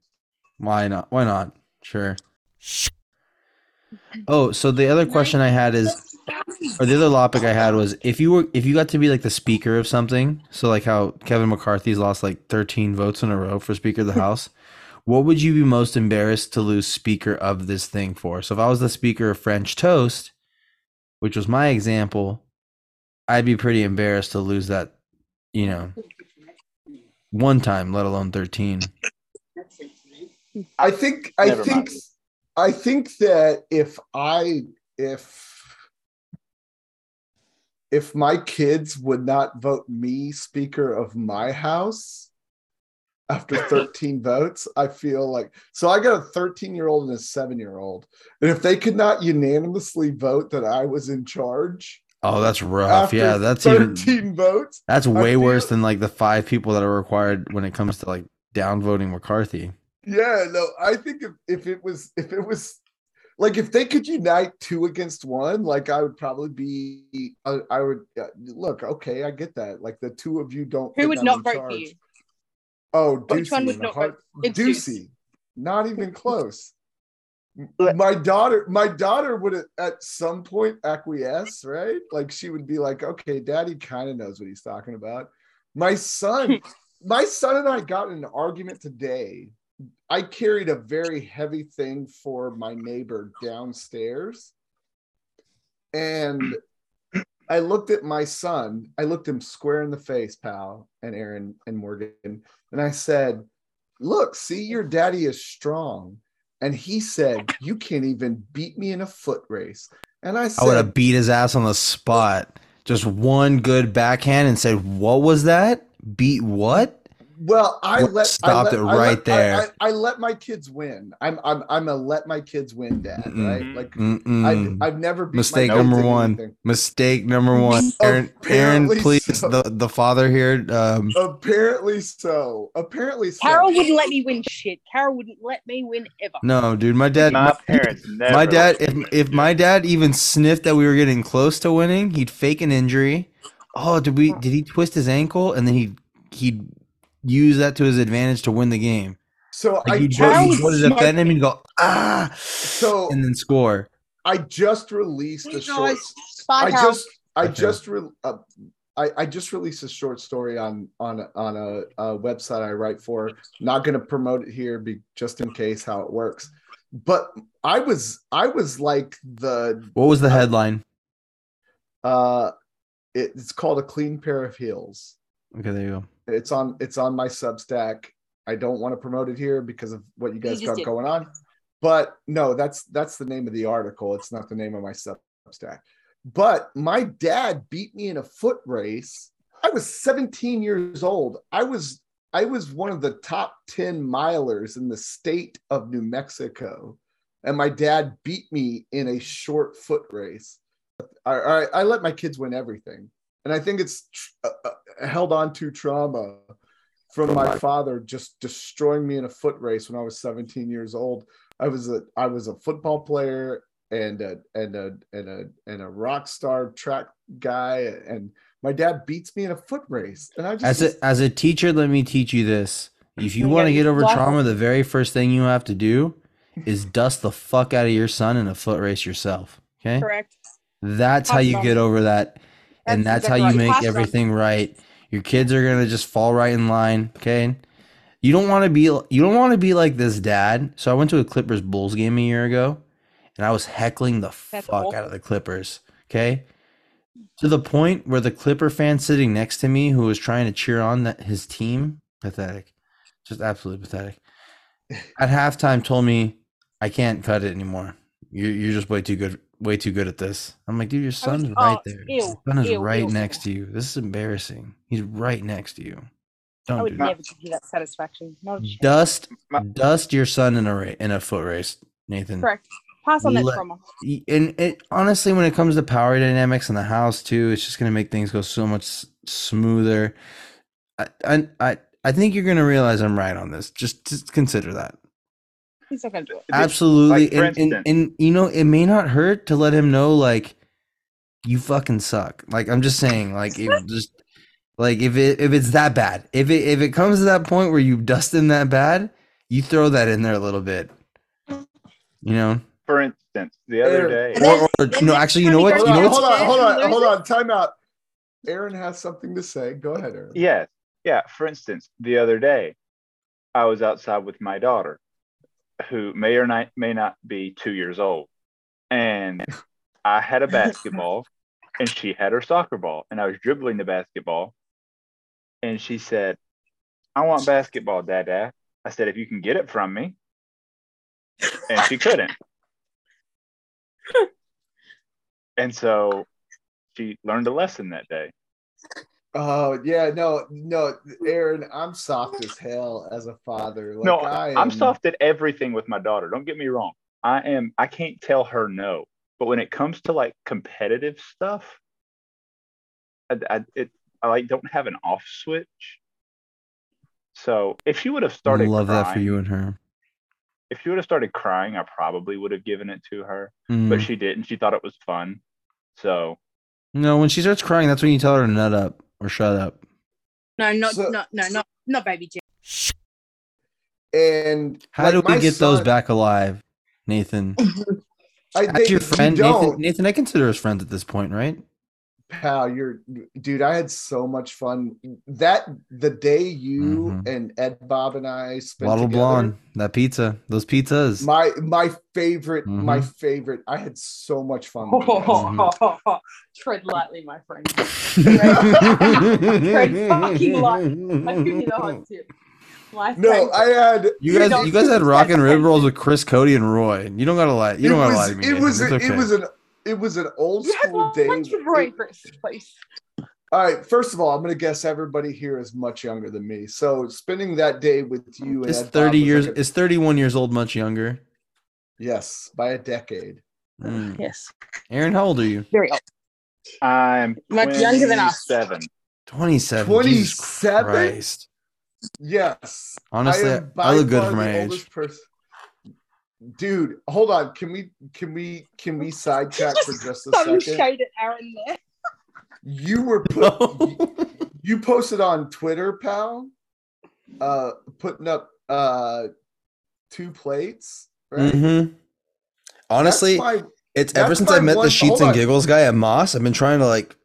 Speaker 2: Why not? Why not? Sure. Oh, so the other question I had is or the other topic I had was if you were if you got to be like the speaker of something, so like how Kevin McCarthy's lost like 13 votes in a row for speaker of the house, what would you be most embarrassed to lose speaker of this thing for? So if I was the speaker of French toast, which was my example, I'd be pretty embarrassed to lose that, you know, one time, let alone 13.
Speaker 1: I think I
Speaker 5: Never
Speaker 1: think
Speaker 5: mind.
Speaker 1: I think that if I if if my kids would not vote me speaker of my house after 13 votes, I feel like so I got a 13 year old and a seven year old. And if they could not unanimously vote that I was in charge
Speaker 2: Oh, that's rough.
Speaker 1: after
Speaker 2: yeah, that's
Speaker 1: 13
Speaker 2: even
Speaker 1: votes,
Speaker 2: that's way
Speaker 1: feel-
Speaker 2: worse than like the five people that are required when it comes to like downvoting McCarthy.
Speaker 1: Yeah, no, I think if, if it was if it was like if they could unite two against one, like I would probably be I, I would uh, look okay, I get that. Like the two of you don't.
Speaker 3: Who
Speaker 1: think
Speaker 3: would
Speaker 1: I'm
Speaker 3: not
Speaker 1: in
Speaker 3: vote for
Speaker 1: charge.
Speaker 3: you?
Speaker 1: Oh, Deucey
Speaker 3: Which one would
Speaker 1: and
Speaker 3: not
Speaker 1: Hart-
Speaker 3: vote? It's Deuce.
Speaker 1: Deucey, not even close.
Speaker 5: Look.
Speaker 1: My daughter, my daughter would at some point acquiesce, right? Like she would be like, "Okay, Daddy kind of knows what he's talking about." My son, my son and I got in an argument today. I carried a very heavy thing for my neighbor downstairs, and I looked at my son. I looked him square in the face, pal, and Aaron and Morgan, and I said, Look, see, your daddy is strong. And he said, You can't even beat me in a foot race. And I
Speaker 2: I would
Speaker 1: said,
Speaker 2: have beat his ass on the spot. Just one good backhand and said, "What was that? Beat what?"
Speaker 1: Well, I
Speaker 2: Well,
Speaker 1: let
Speaker 2: stopped
Speaker 1: I let-
Speaker 2: it
Speaker 1: I let-
Speaker 2: right
Speaker 1: I-
Speaker 2: there.
Speaker 1: I, I let my kids win. I'm I'm I'm a let my kids win dad,
Speaker 2: Mm-mm.
Speaker 1: right? Like
Speaker 2: Mm-mm.
Speaker 1: I've, I've never beat my
Speaker 2: Mistake
Speaker 1: kids
Speaker 2: number
Speaker 1: in
Speaker 2: one.
Speaker 1: anything.
Speaker 2: Mistake number one. Aaron, Aaron,
Speaker 1: Apparently
Speaker 2: please,
Speaker 1: so.
Speaker 2: the the father here. Um,
Speaker 1: Apparently so. Apparently so.
Speaker 3: Carol wouldn't let me win shit. Carol wouldn't let me win ever.
Speaker 2: no, dude, my dad.
Speaker 5: my,
Speaker 2: My,
Speaker 5: parents never.
Speaker 2: my dad,
Speaker 5: let me
Speaker 2: if, if my dad even sniffed that we were getting close to winning, he'd fake an injury. Oh, did we? Did he twist his ankle? And then he he'd use that to his advantage to win the game.
Speaker 1: so I
Speaker 2: Like you'd, go,
Speaker 3: How
Speaker 2: you'd go to
Speaker 3: smart-
Speaker 2: defend him and go ah,
Speaker 1: So-
Speaker 2: and then score.
Speaker 1: I just released
Speaker 6: Hey,
Speaker 1: a short.
Speaker 6: guys.
Speaker 3: Bye,
Speaker 1: I
Speaker 3: Carol.
Speaker 1: just I
Speaker 2: Okay.
Speaker 1: just re- uh, I, I just released a short story on on on a, a website I write for. Not going to promote it here, be just in case how it works. But I was I was like the
Speaker 2: What was the headline?
Speaker 1: uh, it, it's called a clean pair of heels.
Speaker 2: Okay, there you go.
Speaker 1: It's on it's on my Substack. I don't want to promote it here because of what you guys
Speaker 3: just
Speaker 1: got
Speaker 3: did.
Speaker 1: going on. But no, that's that's the name of the article. It's not the name of my Substack. But my dad beat me in a foot race. I was 17 years old. I was I was one of the top 10 milers in the state of New Mexico. And my dad beat me in a short foot race. I, I, I let my kids win everything and I think it's tr- uh, uh, held on to trauma from my father just destroying me in a foot race when I was 17 years old. I was a I was a football player and a and a and a and a rock star track guy, and my dad beats me in a foot race, and I just
Speaker 2: As a as a teacher, let me teach you this. If you
Speaker 3: Yeah,
Speaker 2: want to
Speaker 3: you
Speaker 2: get over
Speaker 3: lost-
Speaker 2: trauma, the very first thing you have to do is dust the fuck out of your son in a foot race yourself. Okay,
Speaker 3: Correct.
Speaker 2: that's how you
Speaker 3: Awesome.
Speaker 2: get over that, and that's how
Speaker 3: exactly
Speaker 2: you
Speaker 3: right.
Speaker 2: make
Speaker 3: Awesome.
Speaker 2: everything right. Your kids are gonna just fall right in line. Okay, you don't want to be you don't want to be like this dad. So I went to a Clippers Bulls game a year ago, and I was heckling the
Speaker 3: That's
Speaker 2: fuck out
Speaker 3: awful.
Speaker 2: of the Clippers. Okay. To the point where the Clipper fan sitting next to me, who was trying to cheer on that his team, pathetic, just absolutely pathetic. At halftime, told me I can't cut it anymore. You, you're just way too good, way too good at this. I'm like, dude, your son's right
Speaker 3: oh,
Speaker 2: there.
Speaker 3: ew,
Speaker 2: your son is
Speaker 3: ew,
Speaker 2: right
Speaker 3: ew.
Speaker 2: next to you. This is embarrassing. He's right next to you.
Speaker 3: I
Speaker 2: Don't do
Speaker 3: would
Speaker 2: that
Speaker 3: never give you that satisfaction. Not a chance.
Speaker 2: dust
Speaker 5: My-
Speaker 2: dust your son in a ra- in a foot race nathan
Speaker 3: Correct. Pass on that
Speaker 2: Let-
Speaker 3: trauma.
Speaker 2: Y- and it honestly when it comes to power dynamics in the house too it's just going to make things go so much s- smoother i i i, I think you're going to realize i'm right on this just, just consider that
Speaker 3: He's not gonna do it.
Speaker 2: absolutely
Speaker 5: for
Speaker 2: and, and,
Speaker 5: instance-
Speaker 2: and you know it may not hurt to let him know like you fucking suck like i'm just saying like it just like if it if it's that bad if it if it comes to that point where you dust him that bad you throw that in there a little bit you know
Speaker 5: For instance, the other
Speaker 1: Ew.
Speaker 5: day,
Speaker 2: or, or- no actually you know what
Speaker 1: Hold
Speaker 2: you
Speaker 1: on,
Speaker 2: know
Speaker 1: hold
Speaker 2: what's
Speaker 1: on, hold on,
Speaker 3: Lose
Speaker 1: hold on. Time out. Aaron has something to say. Go ahead, Aaron.
Speaker 5: Yes. Yeah. For instance, the other day, I was outside with my daughter, who may or not, may not be two years old. And I had a basketball and she had her soccer ball. And I was dribbling the basketball. And she said, I want basketball, Dada. I said, if you can get it from me. And she couldn't. and so she learned a lesson that day.
Speaker 1: Oh yeah, no, no, Aaron, I'm soft as hell as a father. Like,
Speaker 5: no,
Speaker 1: I
Speaker 5: I'm
Speaker 1: am-
Speaker 5: soft at everything with my daughter. Don't get me wrong. I am. I can't tell her no. But when it comes to like competitive stuff, I, I, it, I like don't have an off switch. So if she would have started,
Speaker 2: love
Speaker 5: crying,
Speaker 2: that for you and her
Speaker 5: If she would have started crying, I probably would have given it to her. But
Speaker 2: Mm.
Speaker 5: she didn't. She thought it was fun. So
Speaker 2: no when she starts crying that's when you tell her to nut up or shut up
Speaker 3: No, not
Speaker 1: So-
Speaker 3: not no, not not baby Jim.
Speaker 1: And
Speaker 2: how
Speaker 1: like,
Speaker 2: do we
Speaker 1: my
Speaker 2: get those
Speaker 1: son-
Speaker 2: back alive nathan
Speaker 1: I
Speaker 2: That's
Speaker 1: think
Speaker 2: your friend
Speaker 1: You
Speaker 2: nathan,
Speaker 1: don't,
Speaker 2: nathan i consider us friends at this point right
Speaker 1: pal. You're, dude. I had so much fun that the day you
Speaker 2: Mhm.
Speaker 1: and Ed, Bob, and I spent
Speaker 2: Waddle
Speaker 1: together,
Speaker 2: blonde, that pizza, those pizzas.
Speaker 1: My my favorite,
Speaker 2: Mhm.
Speaker 1: my favorite. I had so much fun. with you guys.
Speaker 3: Oh, tread lightly, my friend. fucking I give you the hot tip. My
Speaker 1: No,
Speaker 3: friend-
Speaker 1: I had
Speaker 2: you guys, you guys had rock and rib rolls with Chris Cody and Roy. You don't gotta lie. You
Speaker 1: it
Speaker 2: don't gotta
Speaker 1: was,
Speaker 2: lie to me.
Speaker 1: It
Speaker 2: Nathan.
Speaker 1: was
Speaker 2: It's
Speaker 1: a-
Speaker 2: okay.
Speaker 1: it was an it was an old
Speaker 3: you had
Speaker 1: school
Speaker 3: one
Speaker 1: day.
Speaker 3: lunch with Roy Chris, please.
Speaker 1: All right. First of all, I'm going to guess everybody here is much younger than me. So spending that day with you and
Speaker 2: It's
Speaker 1: Ed Bob
Speaker 2: thirty
Speaker 1: was
Speaker 2: years.
Speaker 1: like a-
Speaker 2: It's thirty-one years old, much younger.
Speaker 1: yes, by a decade.
Speaker 2: Mm.
Speaker 3: Yes,
Speaker 2: Aaron, how old are you?
Speaker 3: very old.
Speaker 5: I'm
Speaker 3: Much younger than us.
Speaker 5: Seven.
Speaker 2: Twenty-seven. Jesus
Speaker 1: 27?
Speaker 2: Christ.
Speaker 1: Yes.
Speaker 2: Honestly, I,
Speaker 1: am by
Speaker 2: look good
Speaker 1: far
Speaker 2: for my
Speaker 1: the
Speaker 2: age.
Speaker 1: oldest Person. Dude, hold on. Can we can we can we sidetrack for just a second?
Speaker 3: Some shade at Aaron there.
Speaker 1: You were put.
Speaker 2: No.
Speaker 1: you posted on Twitter, pal, uh, putting up uh, two plates. Right?
Speaker 2: Mhm. Honestly,
Speaker 1: That's my-
Speaker 2: it's ever
Speaker 1: that's
Speaker 2: since
Speaker 1: my
Speaker 2: I met
Speaker 1: one-
Speaker 2: the sheets
Speaker 1: hold
Speaker 2: and
Speaker 1: on.
Speaker 2: giggles guy at Moss. I've been trying to like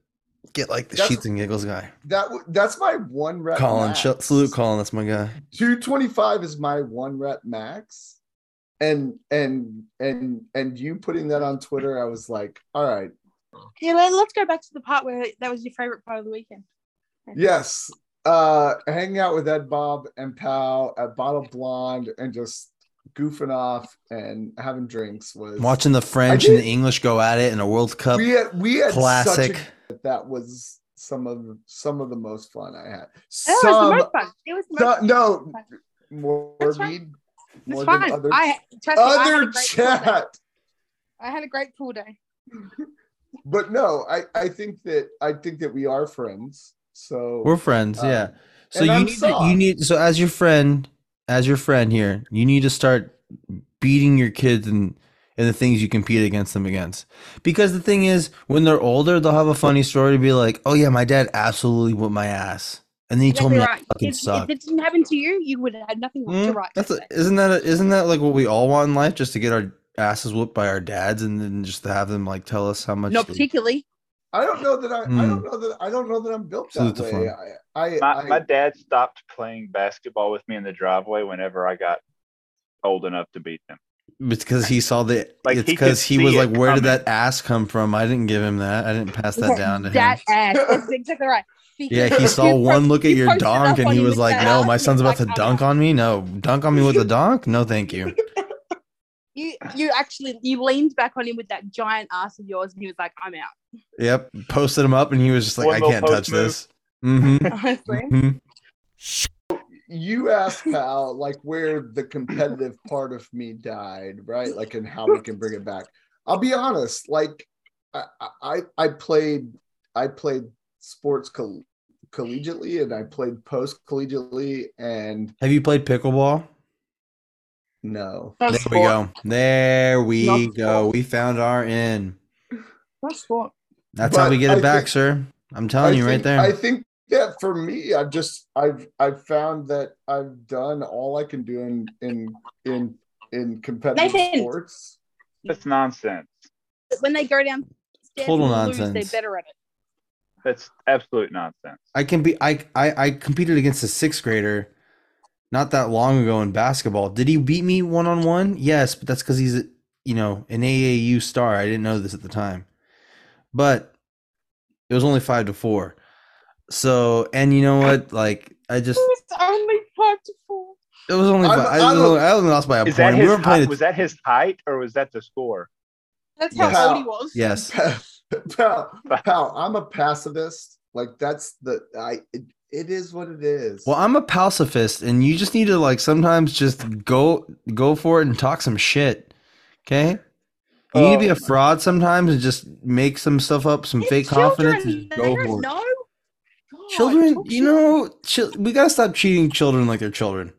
Speaker 2: get like the
Speaker 1: That's-
Speaker 2: sheets and giggles guy.
Speaker 1: that w- that's my one rep.
Speaker 2: Colin,
Speaker 1: max.
Speaker 2: sh- salute Colin. That's my guy.
Speaker 1: 225 is my one rep max. And and and and you putting that on Twitter, I was like, all right,
Speaker 3: Yeah, let- let's go back to the part where that was your favorite part of the weekend.
Speaker 1: yes. Uh hanging out with Ed Bob and Pal at Bottle Blonde and just goofing off and having drinks was
Speaker 2: Watching the French and the
Speaker 1: did-
Speaker 2: English go at it in a World Cup
Speaker 1: we had we had
Speaker 2: classic.
Speaker 1: classic that was some of some of the most fun I
Speaker 3: Oh,
Speaker 1: had.
Speaker 3: That
Speaker 1: Some,
Speaker 3: was the most fun. It was the most
Speaker 1: some no
Speaker 3: fun.
Speaker 1: more
Speaker 3: That's fine.
Speaker 1: mead,
Speaker 3: It's
Speaker 1: more
Speaker 3: fine.
Speaker 1: than other
Speaker 3: I trust me, I had a
Speaker 1: other
Speaker 3: great pool day.
Speaker 1: chat.
Speaker 3: I had a great pool day.
Speaker 1: But no, I I think that I think that we are friends. So
Speaker 2: We're friends,
Speaker 1: Uh,
Speaker 2: yeah. So
Speaker 1: and
Speaker 2: you
Speaker 1: I'm
Speaker 2: need to,
Speaker 1: soft.
Speaker 2: you need so as your friend, as your friend here, you need to start beating your kids and and the things you compete against them against. Because the thing is, when they're older, they'll have a funny story to be like, "Oh yeah, my dad absolutely whipped my ass," and then he told me I fucking
Speaker 3: If,
Speaker 2: suck.
Speaker 3: if it didn't happen to you, you would have had nothing left to
Speaker 2: Mm,
Speaker 3: write.
Speaker 2: that's a,
Speaker 3: that day.
Speaker 2: isn't that a, isn't that like what we all want in life? Just to get our asses whooped by our dads, and then just to have them like tell us how much.
Speaker 3: Not
Speaker 2: they-
Speaker 3: particularly.
Speaker 1: I don't know that I, I
Speaker 2: Hmm.
Speaker 1: don't know that I don't know that I'm built
Speaker 2: Salute
Speaker 1: that
Speaker 2: the
Speaker 1: way. I I,
Speaker 5: My,
Speaker 1: I
Speaker 5: my dad stopped playing basketball with me in the driveway whenever I got old enough to beat him.
Speaker 2: because he saw the
Speaker 5: Like,
Speaker 2: it's
Speaker 5: he could
Speaker 2: because he, was
Speaker 5: see
Speaker 2: like
Speaker 5: it
Speaker 2: where did
Speaker 5: coming.
Speaker 2: that ass come from i didn't give him that i didn't pass that down to him
Speaker 3: That ass. That's exactly right. Because
Speaker 2: yeah he
Speaker 3: you
Speaker 2: saw
Speaker 3: pro-
Speaker 2: one look at
Speaker 3: you
Speaker 2: your
Speaker 3: posted
Speaker 2: donk
Speaker 3: up
Speaker 2: and
Speaker 3: on
Speaker 2: he
Speaker 3: you
Speaker 2: was
Speaker 3: with
Speaker 2: like
Speaker 3: that
Speaker 2: no
Speaker 3: ass,
Speaker 2: my
Speaker 3: and
Speaker 2: son's
Speaker 3: you're
Speaker 2: about to
Speaker 3: like, "Oh,
Speaker 2: dunk on me no dunk on me with a donk no thank you
Speaker 3: You you actually you leaned back on him with that giant ass of yours, and he was like, "I'm out."
Speaker 2: yep posted him up and he was just like
Speaker 5: One
Speaker 2: i
Speaker 5: little
Speaker 2: can't
Speaker 5: post
Speaker 2: touch
Speaker 5: move.
Speaker 2: this hmm
Speaker 3: Honestly,
Speaker 1: you asked how like where the competitive part of me died right like and how we can bring it back i'll be honest like i i, I played i played sports coll- collegiately and i played post collegiately and
Speaker 2: have you played pickleball
Speaker 1: no
Speaker 3: That's
Speaker 2: there we
Speaker 3: sport.
Speaker 2: go there we
Speaker 3: Not
Speaker 2: go we found our in
Speaker 3: That's sport.
Speaker 2: that's how
Speaker 1: But
Speaker 2: we get
Speaker 1: I
Speaker 2: it back
Speaker 1: think-
Speaker 2: sir i'm telling
Speaker 1: I
Speaker 2: you right
Speaker 1: think-
Speaker 2: there
Speaker 1: I think that for me, I've just I've I've found that I've done all I can do in in in in competitive
Speaker 3: Nathan.
Speaker 1: sports.
Speaker 5: That's nonsense.
Speaker 3: When they go down,
Speaker 2: Total
Speaker 3: Lose,
Speaker 2: nonsense.
Speaker 3: they're better at it.
Speaker 5: That's absolute nonsense.
Speaker 2: I can be I I I competed against a sixth grader not that long ago in basketball. Did he beat me one on one? Yes, but that's because he's a, you know an AAU star. I didn't know this at the time, but it was only five to four. So and you know what? Like I just
Speaker 3: It's only five to four.
Speaker 2: it was only
Speaker 1: I'm-
Speaker 2: five, I,
Speaker 1: I'm
Speaker 2: was
Speaker 1: a-
Speaker 2: only, I only lost by a
Speaker 5: Is that
Speaker 2: point. We
Speaker 5: his
Speaker 2: were
Speaker 5: height,
Speaker 2: playing.
Speaker 5: was
Speaker 2: it
Speaker 5: that his height or was that the score?
Speaker 3: That's how
Speaker 2: Yes.
Speaker 3: old he was.
Speaker 2: yes,
Speaker 1: Pal, pal, pal, I'm a pacifist. Like that's the I. It, it is what it is.
Speaker 2: Well, I'm a pacifist, and you just need to like sometimes just go go for it and talk some shit. Okay, you need to be
Speaker 5: Oh
Speaker 2: a fraud sometimes and just make some stuff up, some
Speaker 3: They're
Speaker 2: fake
Speaker 3: children.
Speaker 2: confidence. and
Speaker 3: They
Speaker 2: just go
Speaker 3: don't
Speaker 2: for it.
Speaker 3: know. God,
Speaker 2: Children,
Speaker 3: talk
Speaker 2: you
Speaker 3: shit.
Speaker 2: know, chil- we gotta stop treating children like they're children.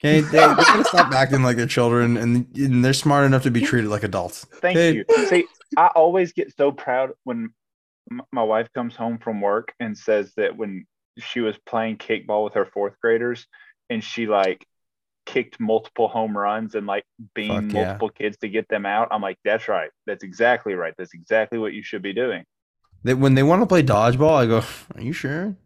Speaker 2: Okay, they, they gotta stop acting like they're children, and, and they're smart enough to be treated like adults.
Speaker 5: Thank
Speaker 2: Hey.
Speaker 5: you. See, I always get so proud when m- my wife comes home from work and says that when she was playing kickball with her fourth graders and she like kicked multiple home runs and like beamed
Speaker 2: Fuck yeah.
Speaker 5: multiple kids to get them out. I'm like, that's right. That's exactly right. That's exactly what you should be doing.
Speaker 2: They, when they want to play dodgeball, I go, "Are you sure?"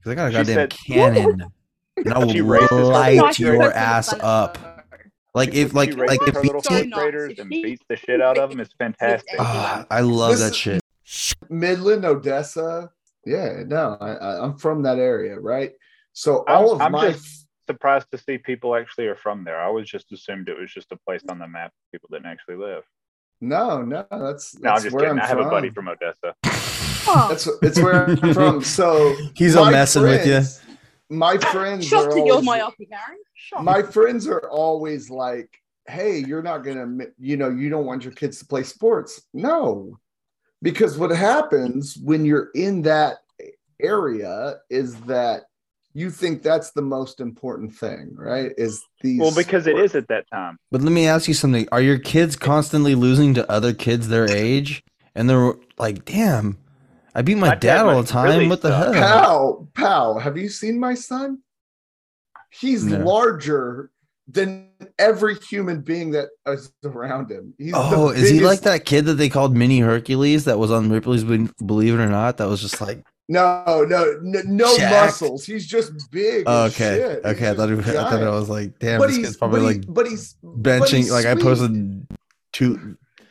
Speaker 2: Because I got a
Speaker 5: She
Speaker 2: goddamn
Speaker 5: said-
Speaker 2: cannon, and I
Speaker 5: She raised
Speaker 2: will
Speaker 5: us-
Speaker 2: light
Speaker 5: Nice,
Speaker 2: your
Speaker 5: that's
Speaker 2: ass up. Like if
Speaker 5: she
Speaker 2: like
Speaker 5: raised
Speaker 2: like if
Speaker 5: her
Speaker 2: we
Speaker 5: little
Speaker 3: so
Speaker 5: fourth
Speaker 2: teach-
Speaker 3: nice.
Speaker 5: graders and
Speaker 3: She-
Speaker 5: beats the shit out of them. It's fantastic.
Speaker 2: Ah, I love that
Speaker 1: This-
Speaker 2: shit.
Speaker 1: Midland, Odessa. Yeah, no, I, I, I'm from that area, right? So
Speaker 5: I'm-
Speaker 1: all of
Speaker 5: I'm
Speaker 1: my
Speaker 5: just- Surprised to see people actually are from there. I always just assumed it was just a place on the map people didn't actually live.
Speaker 1: no, no, that's
Speaker 5: No, I'm
Speaker 1: that's
Speaker 5: just
Speaker 1: where
Speaker 5: kidding.
Speaker 1: I'm
Speaker 5: i have
Speaker 1: from.
Speaker 5: a buddy from Odessa.
Speaker 3: Oh,
Speaker 1: That's it's where I'm from. So
Speaker 2: He's all messing with you.
Speaker 1: you. My friends
Speaker 3: shocked
Speaker 1: are
Speaker 3: that you're
Speaker 1: always,
Speaker 3: myopic, Aaron. Shocked.
Speaker 1: my friends are always like, "Hey, you're not gonna, mi- you know, you don't want your kids to play sports." No, because what happens when you're in that area is that you think that's the most important thing, right? Is these
Speaker 5: Well, because it is at that time.
Speaker 2: But let me ask you something. Are your kids constantly losing to other kids their age? And they're like, damn, I beat my,
Speaker 5: My dad
Speaker 2: dad, all the
Speaker 5: must
Speaker 2: time.
Speaker 5: really
Speaker 2: what the
Speaker 5: suck."
Speaker 2: hell?
Speaker 1: Pow, pow. Have you seen my son? He's
Speaker 2: No.
Speaker 1: larger than every human being that is around him. He's the
Speaker 2: Oh, is he like
Speaker 1: biggest-
Speaker 2: that kid that they called Mini Hercules that was on Ripley's Be- Believe It or Not? That was just like,
Speaker 1: No, no, no, no
Speaker 2: Jacked.
Speaker 1: muscles. He's just big.
Speaker 2: oh,
Speaker 1: as
Speaker 2: okay.
Speaker 1: shit. He's
Speaker 2: Okay. I thought, he, I
Speaker 1: just
Speaker 2: thought I
Speaker 1: giant.
Speaker 2: was like, damn,
Speaker 1: but
Speaker 2: this
Speaker 1: he's,
Speaker 2: kid's
Speaker 1: but,
Speaker 2: probably
Speaker 1: he-
Speaker 2: like
Speaker 1: but he's but
Speaker 2: benching.
Speaker 1: he's
Speaker 2: Like, I
Speaker 1: sweet.
Speaker 2: posted two,
Speaker 1: But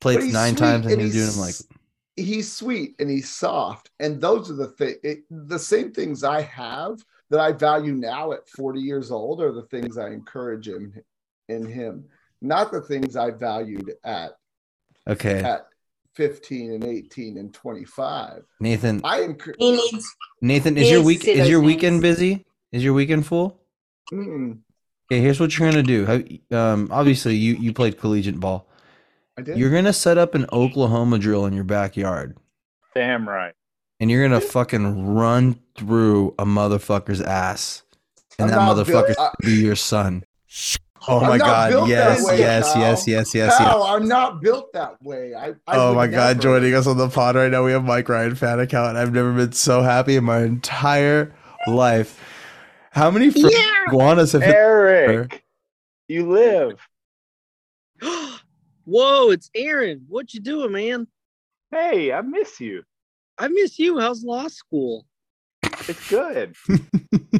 Speaker 2: plates
Speaker 1: he's
Speaker 2: nine
Speaker 1: sweet
Speaker 2: times and
Speaker 1: and
Speaker 2: he was doing
Speaker 1: he's-
Speaker 2: them like,
Speaker 1: he's sweet and he's soft, and those are the thing. The same things I have that I value now at forty years old are the things I encourage him in him, not the things I valued at
Speaker 2: okay,
Speaker 1: at fifteen and eighteen and twenty five.
Speaker 2: Nathan,
Speaker 1: I encourage.
Speaker 3: he needs.
Speaker 2: Nathan,
Speaker 3: He
Speaker 2: is your
Speaker 3: needs to
Speaker 2: week
Speaker 3: see
Speaker 2: is
Speaker 3: those
Speaker 2: your
Speaker 3: things.
Speaker 2: weekend busy? Is your weekend full? Okay, here's what you're gonna do. Have- Um, obviously, you you played collegiate ball.
Speaker 1: I did.
Speaker 2: You're gonna set up an Oklahoma drill in your backyard,
Speaker 5: Damn right.
Speaker 2: and you're gonna fucking run through a motherfucker's ass,
Speaker 1: I'm
Speaker 2: and that
Speaker 1: not
Speaker 2: motherfucker
Speaker 1: built- I-
Speaker 2: be your son. Oh
Speaker 1: I'm
Speaker 2: my
Speaker 1: not
Speaker 2: god!
Speaker 1: built that
Speaker 2: Yes,
Speaker 1: way,
Speaker 2: yes,
Speaker 1: pal.
Speaker 2: yes, yes, yes, yes.
Speaker 1: How I'm not built that way. I, I
Speaker 2: oh
Speaker 1: would
Speaker 2: my god,
Speaker 1: never.
Speaker 2: joining us on the pod right now, we have Mike Ryan fan account. I've never been so happy in my entire life. How many fr-
Speaker 3: Yeah.
Speaker 2: iguanas have hit?
Speaker 5: Eric, you live.
Speaker 7: Whoa, it's Aaron. What you doing, man?
Speaker 5: Hey, I miss you.
Speaker 7: I miss you. How's law school?
Speaker 5: It's good.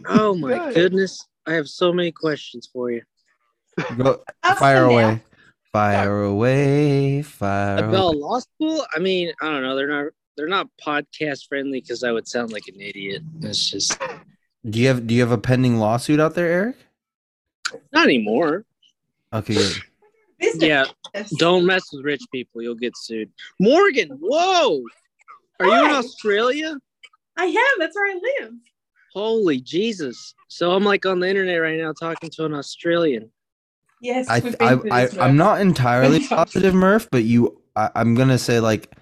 Speaker 7: Oh my
Speaker 5: Good.
Speaker 7: goodness. I have so many questions for you.
Speaker 2: Go-
Speaker 3: Ask
Speaker 2: fire
Speaker 3: them now.
Speaker 2: away. Fire away, fire away.
Speaker 7: Bell Law School. I mean, I don't know. They're not. They're not podcast friendly because I would sound like an idiot. It's just
Speaker 2: Do you have do you have a pending lawsuit out there, Eric?
Speaker 7: not anymore.
Speaker 2: Okay, good.
Speaker 6: Business.
Speaker 7: Yeah, don't mess with rich people. You'll get sued. Morgan, whoa, are you in
Speaker 8: Hi.
Speaker 7: Australia?
Speaker 8: I am. That's where I live.
Speaker 7: Holy Jesus! So I'm like on the internet right now talking to an Australian.
Speaker 8: Yes,
Speaker 2: I,
Speaker 8: we've been
Speaker 2: I,
Speaker 8: through
Speaker 2: I
Speaker 8: this
Speaker 2: I'm
Speaker 8: rough.
Speaker 2: not entirely
Speaker 8: Many times.
Speaker 2: positive, Murph, but you I, I'm gonna say like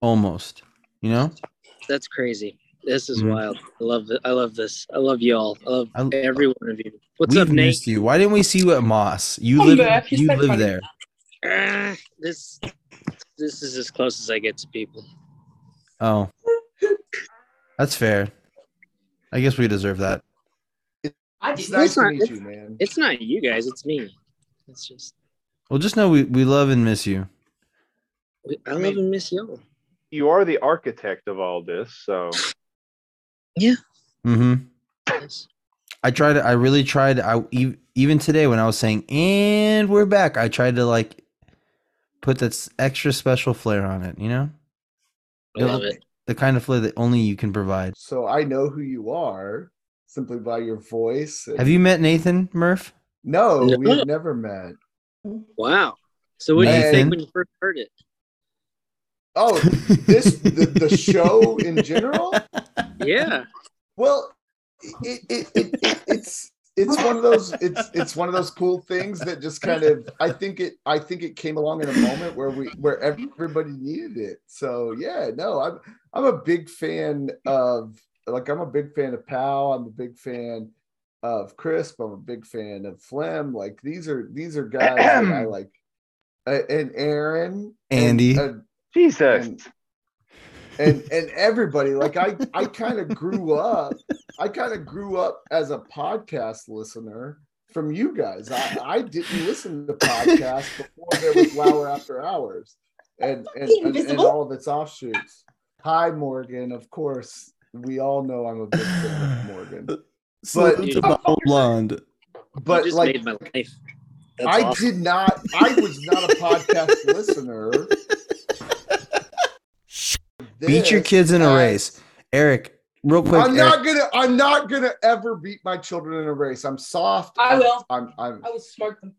Speaker 2: almost. You know,
Speaker 7: That's crazy. This is
Speaker 2: Mhm.
Speaker 7: wild. I love it. I love this. I love y'all. I love
Speaker 2: I-
Speaker 7: every one of you. What's
Speaker 2: We've
Speaker 7: up, Nate?
Speaker 2: missed you. Why didn't we see you at Moss? You
Speaker 8: Oh,
Speaker 2: live
Speaker 8: Murph, you're
Speaker 2: you
Speaker 8: so
Speaker 2: live
Speaker 8: funny.
Speaker 2: there.
Speaker 7: Ah, this this is as close as I get to people.
Speaker 2: Oh, that's fair. I guess we deserve that.
Speaker 8: I
Speaker 1: It's
Speaker 8: did.
Speaker 1: nice to
Speaker 7: not-
Speaker 1: meet you, man.
Speaker 7: It's not you guys. It's me. It's just
Speaker 2: Well, just know we, we love and miss you.
Speaker 7: we- I,
Speaker 5: I
Speaker 7: love
Speaker 5: mean-
Speaker 7: and miss y'all.
Speaker 5: You are the architect of all this, so
Speaker 2: hmm
Speaker 7: Yes.
Speaker 2: I tried. I really tried. I e- even today when I was saying "and we're back," I tried to like put that s- extra special flair on it. You know,
Speaker 7: I love it.
Speaker 2: the kind of flair that only you can provide.
Speaker 1: So I know who you are simply by your voice. and-
Speaker 2: Have you met Nathan Murph?
Speaker 1: No,
Speaker 7: No.
Speaker 1: we've never met.
Speaker 7: Wow. So what do you
Speaker 1: Nathan.
Speaker 7: think when you first heard it?
Speaker 1: Oh, this the, the show in general.
Speaker 7: Yeah.
Speaker 1: Well, it, it, it, it it's it's one of those it's it's one of those cool things that just kind of I think it I think it came along in a moment where we where everybody needed it. So yeah, no, I'm I'm a big fan of like I'm a big fan of Pow. I'm a big fan of Crisp. I'm a big fan of Flem. Like these are these are guys that I like. Uh, and Aaron,
Speaker 2: Andy.
Speaker 1: and, uh,
Speaker 5: Jesus.
Speaker 1: And- and and everybody like i i kind of grew up i kind of grew up as a podcast listener from you guys i i didn't listen to podcasts before there was Lauer after hours and and, and, and
Speaker 8: Invisible.
Speaker 1: all of its offshoots hi morgan of course we all know i'm a big fan of morgan Salute
Speaker 7: to
Speaker 2: blonde.
Speaker 1: but
Speaker 7: you just
Speaker 1: like
Speaker 7: made my life. That's
Speaker 1: i
Speaker 7: awesome.
Speaker 1: did not i was not a podcast listener
Speaker 2: Beat your
Speaker 1: This
Speaker 2: kids in a
Speaker 1: has-
Speaker 2: race, Eric. Real quick,
Speaker 1: I'm
Speaker 2: Eric,
Speaker 1: not gonna. I'm not gonna ever beat my children in a race. I'm soft.
Speaker 8: I
Speaker 1: I'm-
Speaker 8: will.
Speaker 1: I'm. I'm.
Speaker 8: I will smoke them.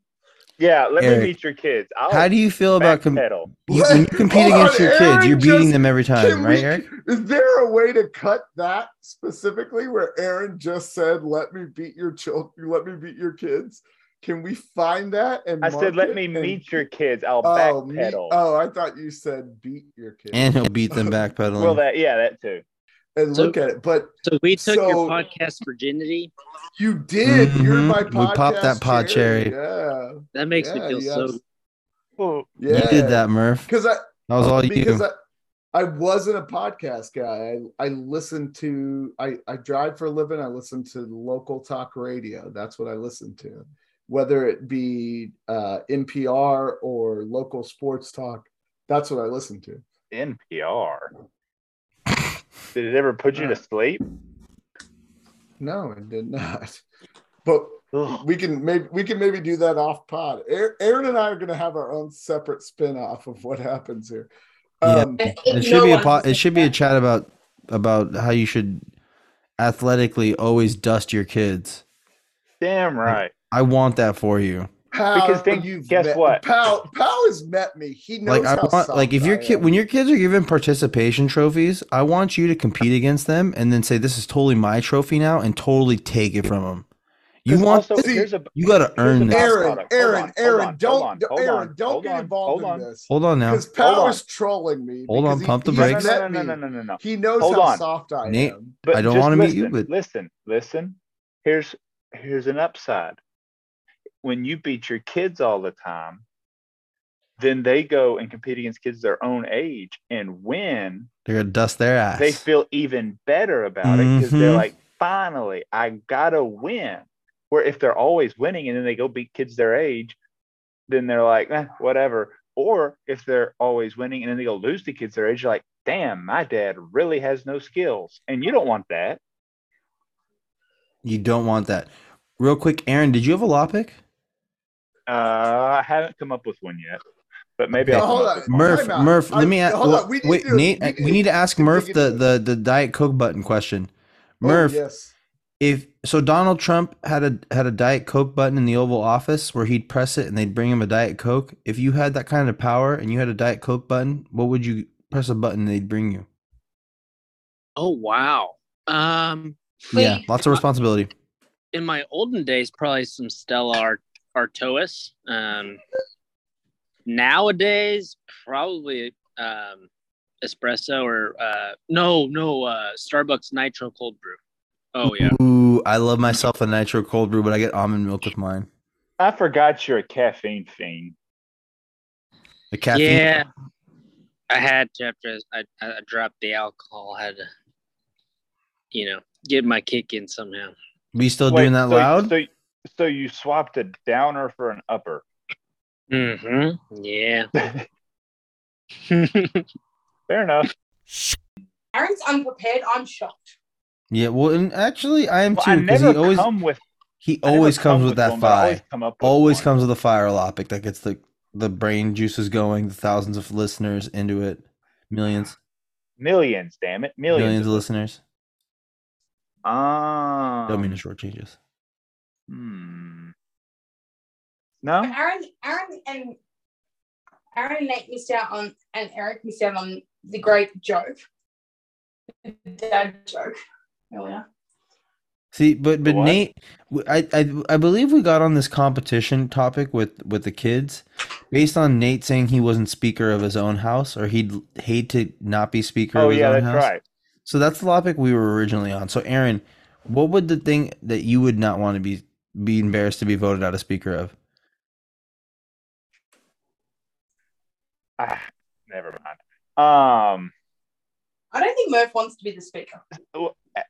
Speaker 5: yeah, let
Speaker 2: Eric,
Speaker 5: me meet your kids. I'll
Speaker 2: how do you feel about com- you,
Speaker 5: backpedal.
Speaker 2: when you compete
Speaker 1: Hold on,
Speaker 2: against your kids?
Speaker 1: Aaron
Speaker 2: You're beating
Speaker 1: just-
Speaker 2: them every time,
Speaker 1: Can
Speaker 2: right,
Speaker 1: we-
Speaker 2: Eric?
Speaker 1: Is there a way to cut that specifically where Aaron just said, "Let me beat your children. Let me beat your kids"? Can we find that? And
Speaker 5: I
Speaker 1: mark
Speaker 5: said, let
Speaker 1: it
Speaker 5: me
Speaker 1: and-
Speaker 5: meet your kids. I'll
Speaker 1: Oh, me-
Speaker 5: backpedal.
Speaker 1: oh, I thought you said beat your kids
Speaker 2: And he'll beat them backpedaling.
Speaker 5: well, that yeah, that too.
Speaker 1: and look at it. But
Speaker 7: So we took
Speaker 1: So-
Speaker 7: your podcast virginity.
Speaker 1: you did. You're
Speaker 2: Mhm.
Speaker 1: my
Speaker 2: We
Speaker 1: podcast.
Speaker 2: popped that pod cherry.
Speaker 1: Yeah.
Speaker 7: That makes
Speaker 1: Yeah,
Speaker 7: me feel
Speaker 1: you
Speaker 7: so.
Speaker 1: abs-
Speaker 5: Well,
Speaker 1: Yeah.
Speaker 2: You did that, Murph.
Speaker 1: because I.
Speaker 2: That was all
Speaker 1: Uh, because
Speaker 2: you.
Speaker 1: I, I wasn't a podcast guy. I, I listened to I, I drive for a living. I listen to local talk radio. That's what I listen to, whether it be uh, NPR or local sports talk. That's what I listen to.
Speaker 5: NPR. Did it ever put you to sleep?
Speaker 1: No, it did not. But
Speaker 5: Ugh.
Speaker 1: we can maybe we can maybe do that off pod. Aar- Aaron and I are going to have our own separate spin off of what happens here.
Speaker 2: Yeah.
Speaker 1: Um,
Speaker 2: It should be a po- it should be a chat about about how you should athletically always dust your kids.
Speaker 5: Damn right.
Speaker 2: I want that for you.
Speaker 1: Pal,
Speaker 5: Because think-
Speaker 1: you've
Speaker 5: guess
Speaker 1: met-
Speaker 5: what?
Speaker 1: Pal, Pal has met me. He knows
Speaker 2: Like I
Speaker 1: how
Speaker 2: want like if
Speaker 1: soft
Speaker 2: your
Speaker 1: I
Speaker 2: kid
Speaker 1: am.
Speaker 2: when your kids are given participation trophies, I want you to compete against them and then say this is totally my trophy now and totally take it from them. You
Speaker 5: 'Cause
Speaker 2: want
Speaker 5: also,
Speaker 1: See,
Speaker 5: here's a
Speaker 2: you got to earn this.
Speaker 5: Here's the
Speaker 1: Aaron,
Speaker 5: byproduct. Hold on,
Speaker 1: Aaron,
Speaker 5: hold
Speaker 1: Aaron,
Speaker 5: on,
Speaker 1: don't,
Speaker 5: hold on,
Speaker 1: don't-
Speaker 5: hold
Speaker 1: Aaron,
Speaker 5: on,
Speaker 1: don't
Speaker 5: hold
Speaker 1: get
Speaker 5: on,
Speaker 1: involved
Speaker 5: hold
Speaker 1: in
Speaker 5: on.
Speaker 1: this
Speaker 2: Hold on now.
Speaker 1: because Pal
Speaker 5: Hold
Speaker 1: is trolling me.
Speaker 2: Hold on,
Speaker 1: because he-
Speaker 2: pump the
Speaker 1: he's
Speaker 5: no, no,
Speaker 2: brakes.
Speaker 1: met
Speaker 5: no, no,
Speaker 1: me.
Speaker 5: no, no, no, no.
Speaker 1: He knows
Speaker 5: Hold
Speaker 1: how
Speaker 5: on.
Speaker 1: soft I
Speaker 2: Nate-
Speaker 1: am.
Speaker 5: But
Speaker 2: I don't
Speaker 5: just
Speaker 2: wanna meet you,
Speaker 5: listen,
Speaker 2: but-
Speaker 5: listen, listen. Here's here's an upside. When you beat your kids all the time, then they go and compete against kids their own age and win.
Speaker 2: They're going to dust their ass.
Speaker 5: They feel even better about it because they're
Speaker 2: Mhm.
Speaker 5: like, finally, I gotta win. Where if they're always winning and then they go beat kids their age, then they're like, eh, whatever. Or if they're always winning and then they go lose to kids their age, you're like, damn, my dad really has no skills. And you don't want that.
Speaker 2: you don't want that. Real quick, Aaron, did you have a lopic?
Speaker 5: Uh, I haven't come up with one yet, but maybe
Speaker 2: Okay.
Speaker 5: I'll come
Speaker 1: Hold
Speaker 5: up
Speaker 1: on.
Speaker 5: with one.
Speaker 2: Murph,
Speaker 1: Time out.
Speaker 2: Murph,
Speaker 1: I-
Speaker 2: let me ask.
Speaker 1: hold on, we
Speaker 2: wait,
Speaker 1: need to-
Speaker 2: Nate,
Speaker 1: we
Speaker 2: I-
Speaker 1: need
Speaker 2: we need to ask
Speaker 1: to
Speaker 2: Murph
Speaker 1: dig
Speaker 2: the,
Speaker 1: into
Speaker 2: the the Diet Coke button question.
Speaker 1: Oh,
Speaker 2: Murph,
Speaker 1: yes.
Speaker 2: if so, Donald Trump had a had a Diet Coke button in the Oval Office where he'd press it and they'd bring him a Diet Coke. If you had that kind of power and you had a Diet Coke button, what would you press a button and they'd bring you?
Speaker 7: Oh wow. Um,
Speaker 2: yeah,
Speaker 8: Wait.
Speaker 2: lots of responsibility.
Speaker 7: in my olden days, probably some Stella Art- Artois. Um, nowadays, probably um, espresso or uh, no, no uh, Starbucks Nitro Cold Brew. Oh yeah.
Speaker 2: Ooh, I love myself a nitro cold brew, but I get almond milk with mine.
Speaker 5: I forgot you're a caffeine fiend.
Speaker 2: The caffeine.
Speaker 7: Yeah, I had to after I, I I dropped the alcohol. had to, you know, get my kick in somehow.
Speaker 2: We still
Speaker 5: Wait,
Speaker 2: doing that
Speaker 5: so-
Speaker 2: loud?
Speaker 5: So, so you swapped a downer for an upper.
Speaker 7: Mm-hmm. Yeah.
Speaker 5: Fair enough.
Speaker 8: Aaron's unprepared. I'm shocked.
Speaker 2: yeah. Well, and actually, I am
Speaker 5: Well, I
Speaker 2: too because
Speaker 5: never
Speaker 2: he always
Speaker 5: come with.
Speaker 2: he
Speaker 5: I never
Speaker 2: always
Speaker 5: come
Speaker 2: comes with that
Speaker 5: one, but I
Speaker 2: five.
Speaker 5: Always, come up with
Speaker 2: always
Speaker 5: one.
Speaker 2: comes with a fire lopic that gets the the brain juices going, the thousands of listeners into it, millions,
Speaker 5: millions. Damn it, millions.
Speaker 2: millions, of listeners.
Speaker 5: Ah.
Speaker 2: Don't mean to shortchange us.
Speaker 5: Hmm. No.
Speaker 8: Aaron, Aaron, and Aaron and Nate missed out on, and Eric missed out on the great joke, the dad joke earlier.
Speaker 2: See, but but
Speaker 5: What?
Speaker 2: Nate, w- I, I I believe we got on this competition topic with with the kids, based on Nate saying he wasn't speaker of his own house, or he'd hate to not be speaker
Speaker 5: Oh
Speaker 2: of his
Speaker 5: yeah,
Speaker 2: own
Speaker 5: that's
Speaker 2: house.
Speaker 5: right.
Speaker 2: So that's the topic we were originally on. So Aaron, what would the thing that you would not want to be be embarrassed to be voted out a speaker of?
Speaker 5: Ah, never mind. Um,
Speaker 8: I don't think Murph wants to be the speaker.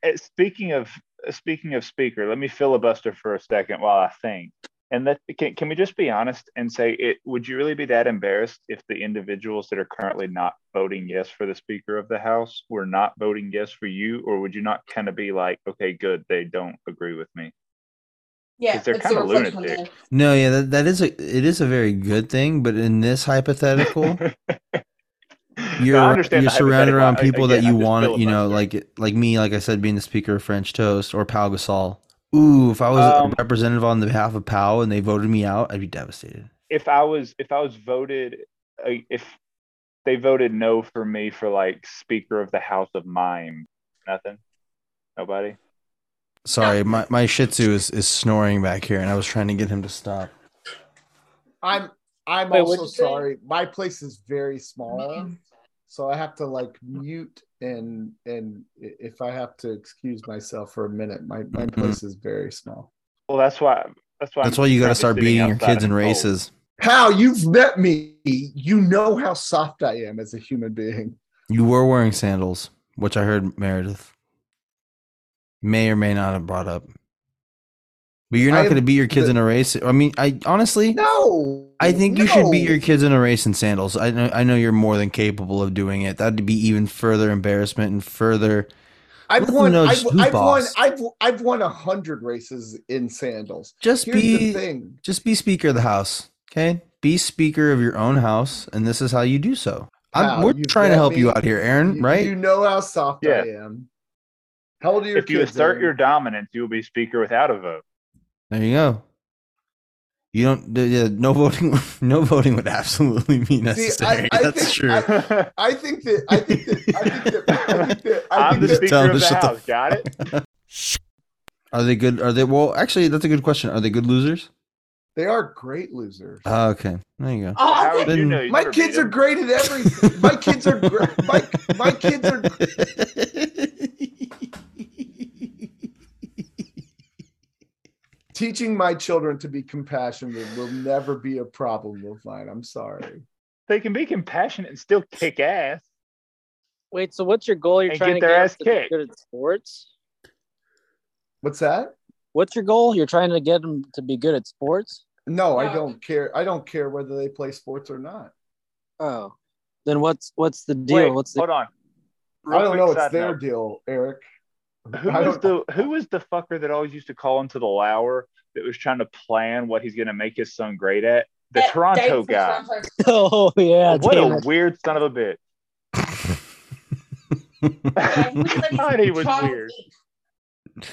Speaker 5: eh, speaking of speaking of speaker, let me filibuster for a second while I think. And that can, can we just be honest and say it? Would you really be that embarrassed if the individuals that are currently not voting yes for the Speaker of the House were not voting yes for you, or would you not kind of be like, okay, good, they don't agree with me?
Speaker 8: Yeah,
Speaker 5: 'Cause they're
Speaker 8: it's a
Speaker 5: kinda
Speaker 8: reflection on
Speaker 5: lunatic.
Speaker 2: No, yeah, that, that is a it is a very good thing, but in this hypothetical, you're
Speaker 5: I
Speaker 2: ar-
Speaker 5: understand
Speaker 2: you're
Speaker 5: the
Speaker 2: surrounded
Speaker 5: hypothetical.
Speaker 2: around
Speaker 5: I-
Speaker 2: people
Speaker 5: again,
Speaker 2: that
Speaker 5: I'm
Speaker 2: you
Speaker 5: just
Speaker 2: want, you know,
Speaker 5: filibustering.
Speaker 2: like like me, like I said, being the speaker of French Toast or Pau Gasol. Ooh, if I was
Speaker 5: Um,
Speaker 2: a representative on the behalf of Pau and they voted me out, I'd be devastated.
Speaker 5: if I was if I was voted uh, if they voted no for me for like Speaker of the House of Mime, nothing, nobody.
Speaker 2: Sorry, my, my Shih Tzu is, is snoring back here, and I was trying to get him to stop.
Speaker 1: I'm I'm
Speaker 7: Wait, what'd
Speaker 1: also
Speaker 7: you say? Mm-hmm.
Speaker 1: sorry. My place is very small, so I have to like mute and and i- if I have to excuse myself for a minute, my my
Speaker 2: Mhm.
Speaker 1: place is very small.
Speaker 5: Well, that's why that's why
Speaker 2: That's
Speaker 5: I'm
Speaker 2: why you got to
Speaker 5: currently
Speaker 2: start
Speaker 5: sitting
Speaker 2: beating your
Speaker 5: outside
Speaker 2: kids
Speaker 5: in
Speaker 2: in
Speaker 5: the cold.
Speaker 2: races.
Speaker 1: Hal, you've met me. You know how soft I am as a human being.
Speaker 2: You were wearing sandals, which I heard Meredith may or may not have brought up. But you're
Speaker 1: I
Speaker 2: not
Speaker 1: am-
Speaker 2: going to beat your kids
Speaker 1: the-
Speaker 2: in a race. I mean, I honestly,
Speaker 1: No,
Speaker 2: I think you should beat
Speaker 1: no.
Speaker 2: your kids in a race in sandals. I know, I know you're more than capable of doing it. That'd be even further embarrassment and further. Let
Speaker 1: I've
Speaker 2: them
Speaker 1: won.
Speaker 2: know
Speaker 1: I've,
Speaker 2: who's
Speaker 1: I've won.
Speaker 2: boss.
Speaker 1: I've I've won a hundred races in sandals.
Speaker 2: Just
Speaker 1: Here's
Speaker 2: be,
Speaker 1: the thing.
Speaker 2: just be speaker of the house. Okay, be speaker of your own house, and this is how you do so. I'm,
Speaker 1: How,
Speaker 2: we're
Speaker 1: you've
Speaker 2: trying to
Speaker 1: got
Speaker 2: help you
Speaker 1: me.
Speaker 2: out here, Aaron.
Speaker 1: You,
Speaker 2: right?
Speaker 1: You know how soft
Speaker 5: Yeah.
Speaker 1: I am. How old are your
Speaker 5: If you
Speaker 1: kids?
Speaker 5: assert
Speaker 1: Aaron?
Speaker 5: your dominance, you will be Speaker without a vote.
Speaker 2: There you go. You don't. th- Yeah, no voting. No voting would absolutely be necessary.
Speaker 1: I
Speaker 2: That's
Speaker 1: think
Speaker 2: true.
Speaker 1: I- I think that I think that I think that I think that I
Speaker 5: I'm
Speaker 1: think
Speaker 5: the
Speaker 2: just
Speaker 1: that,
Speaker 5: Speaker
Speaker 2: telling them
Speaker 5: of the
Speaker 2: to shut the
Speaker 5: House. Got it?
Speaker 2: are they good? Are they well? Actually, that's a good question. Are they good losers?
Speaker 1: they are great losers.
Speaker 2: Ah, okay, there you go.
Speaker 8: Oh, I
Speaker 5: How
Speaker 8: think-
Speaker 5: would you
Speaker 2: Then-
Speaker 5: know? You
Speaker 1: my
Speaker 5: never
Speaker 1: kids
Speaker 5: beat
Speaker 1: are
Speaker 5: him.
Speaker 1: great at everything. my kids are great. My my kids are. Teaching my children to be compassionate will never be a problem of mine. I'm sorry.
Speaker 5: They can be compassionate and still kick ass.
Speaker 7: Wait, so what's your goal? You're
Speaker 5: And
Speaker 7: trying
Speaker 5: get
Speaker 7: to
Speaker 5: their
Speaker 7: get
Speaker 5: ass
Speaker 7: them to be
Speaker 5: kicked.
Speaker 7: good at sports.
Speaker 1: What's that?
Speaker 7: What's your goal? You're trying to get them to be good at sports.
Speaker 1: No, I
Speaker 8: No.
Speaker 1: don't care. I don't care whether they play sports or not.
Speaker 7: Oh, then what's what's the deal?
Speaker 5: Wait,
Speaker 7: what's the
Speaker 5: hold on.
Speaker 1: I don't
Speaker 5: Real
Speaker 1: know.
Speaker 5: quick
Speaker 1: It's
Speaker 5: side
Speaker 1: their
Speaker 5: note.
Speaker 1: deal, Eric.
Speaker 5: Who
Speaker 1: I
Speaker 5: was
Speaker 1: don't.
Speaker 5: the who was the fucker that always used to call into the Lauer that was trying to plan what he's going to make his son great at. The
Speaker 8: That
Speaker 5: Toronto
Speaker 8: Dave from
Speaker 5: guy.
Speaker 8: Toronto.
Speaker 9: Oh yeah,
Speaker 5: what
Speaker 9: damn
Speaker 5: a
Speaker 9: it.
Speaker 5: weird son of a bitch.
Speaker 8: Yeah, he was
Speaker 5: Thought
Speaker 8: like
Speaker 5: he was
Speaker 8: Child
Speaker 5: weird.
Speaker 8: Inc.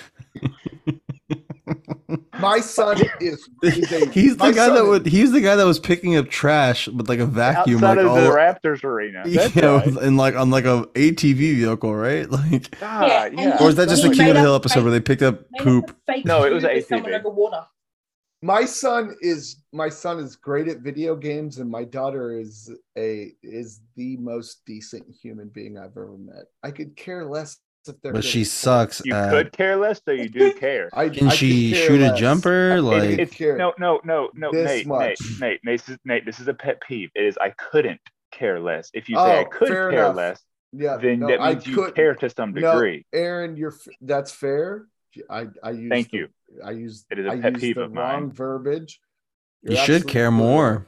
Speaker 1: My son is, is a,
Speaker 2: He's the
Speaker 1: my
Speaker 2: guy
Speaker 1: son
Speaker 2: that
Speaker 1: is-
Speaker 2: would. He's the guy that was picking up trash with like a vacuum,
Speaker 5: Outside
Speaker 2: like
Speaker 5: of the
Speaker 2: all,
Speaker 5: Raptors arena.
Speaker 2: yeah,
Speaker 5: That's right.
Speaker 2: and like on like a ATV vehicle, right? Like,
Speaker 5: Ah,
Speaker 8: and
Speaker 5: yeah.
Speaker 2: or is that just a
Speaker 8: He
Speaker 2: King of
Speaker 8: made
Speaker 2: the Hill
Speaker 8: up
Speaker 2: episode
Speaker 8: fake-
Speaker 2: where they picked up
Speaker 8: Made up
Speaker 2: poop?
Speaker 8: a fake
Speaker 5: No, Oh, it was
Speaker 8: feud with
Speaker 5: ATV.
Speaker 8: Someone over water.
Speaker 1: my son is my son is great at video games and my daughter is a is the most decent human being i've ever met i could care less if they're
Speaker 2: But
Speaker 1: good.
Speaker 2: she sucks.
Speaker 5: You
Speaker 2: at-
Speaker 5: could care less, so you do care.
Speaker 1: I,
Speaker 2: Can
Speaker 1: I could
Speaker 2: she
Speaker 1: care
Speaker 2: shoot a
Speaker 1: less.
Speaker 2: jumper? Like,
Speaker 5: It- it's
Speaker 1: Care
Speaker 5: no, no, no, no,
Speaker 1: this
Speaker 5: Nate,
Speaker 1: much.
Speaker 5: Nate, Nate, Nate, this is Nate. This is a pet peeve. It is I couldn't care less. If you say I
Speaker 1: Oh,
Speaker 5: could
Speaker 1: fair
Speaker 5: care
Speaker 1: enough.
Speaker 5: less,
Speaker 1: yeah
Speaker 5: then
Speaker 1: no,
Speaker 5: that
Speaker 1: I
Speaker 5: means you
Speaker 1: couldn't.
Speaker 5: care to some
Speaker 1: No.
Speaker 5: degree.
Speaker 1: aaron you're f- that's fair i i use
Speaker 5: Thank
Speaker 1: the,
Speaker 5: you.
Speaker 1: i use
Speaker 5: It is a
Speaker 1: I
Speaker 5: pet
Speaker 1: used
Speaker 5: peeve
Speaker 1: the
Speaker 5: of
Speaker 1: wrong
Speaker 5: mine.
Speaker 1: verbiage
Speaker 2: you
Speaker 1: You're
Speaker 2: should
Speaker 1: absolutely
Speaker 2: care
Speaker 1: right.
Speaker 2: more.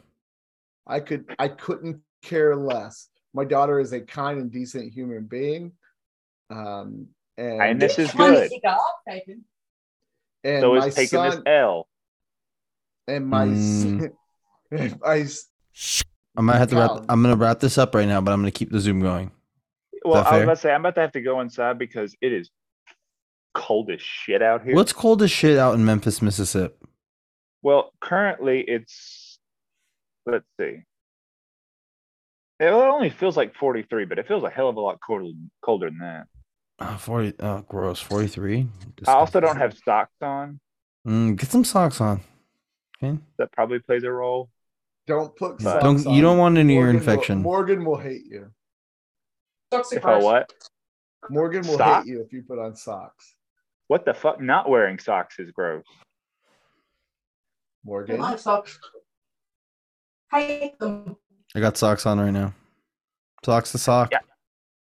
Speaker 1: I could I couldn't care less. My daughter is a kind and decent human being. Um and,
Speaker 5: And this is
Speaker 8: Tiny
Speaker 5: good.
Speaker 8: cigar, Nathan.
Speaker 1: and
Speaker 5: So
Speaker 1: my
Speaker 5: it's taking
Speaker 1: son
Speaker 5: this L.
Speaker 1: and my s-
Speaker 2: Mm.
Speaker 1: and my s-
Speaker 2: I might have to wrap.
Speaker 1: Wow.
Speaker 2: I'm gonna wrap this up right now, but I'm gonna keep the Zoom going.
Speaker 5: Well,
Speaker 2: that
Speaker 5: I
Speaker 2: fair?
Speaker 5: was about to say I'm about to have to go inside because it is cold as shit out here.
Speaker 2: What's cold as shit out in Memphis, Mississippi?
Speaker 5: Well, currently it's let's see. It only feels like 43, but it feels a hell of a lot colder, colder than that.
Speaker 2: Oh, 40. Oh, gross. 43.
Speaker 5: I also don't have socks on.
Speaker 2: Mm, get some socks on. Okay.
Speaker 5: That probably plays a role.
Speaker 1: don't put socks
Speaker 5: But-
Speaker 2: Don't you
Speaker 1: on.
Speaker 2: don't want an ear
Speaker 1: Morgan will-
Speaker 2: infection?
Speaker 1: Morgan will hate you.
Speaker 8: Socks are
Speaker 5: If I
Speaker 8: gross.
Speaker 5: what?
Speaker 1: Morgan will
Speaker 5: Sock?
Speaker 1: hate you if you put on socks.
Speaker 5: What the fuck? Not wearing socks is gross.
Speaker 8: I
Speaker 1: Morgan.
Speaker 8: like socks. Hate them.
Speaker 2: I got socks on right now. Socks to sock.
Speaker 5: Yeah,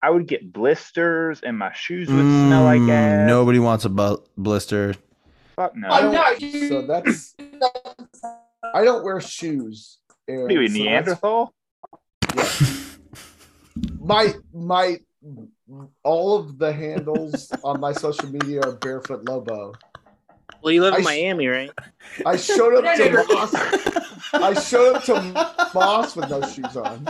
Speaker 5: I would get blisters and my shoes would smell like
Speaker 2: Mm,
Speaker 5: ass.
Speaker 2: Nobody wants a bu- blister.
Speaker 5: Fuck no.
Speaker 1: I
Speaker 8: I know.
Speaker 1: don't,
Speaker 8: you-
Speaker 1: so that's I don't wear shoes. Aaron,
Speaker 5: What are you, a
Speaker 1: so that's-
Speaker 5: Neanderthal?
Speaker 1: my my all of the handles on my social media are barefoot lobo
Speaker 7: Well, you live
Speaker 1: I
Speaker 7: in
Speaker 1: s-
Speaker 7: Miami, right?
Speaker 1: i showed up to
Speaker 8: No, no, no.
Speaker 1: moss i showed up
Speaker 5: Oh,
Speaker 1: to moss with no shoes on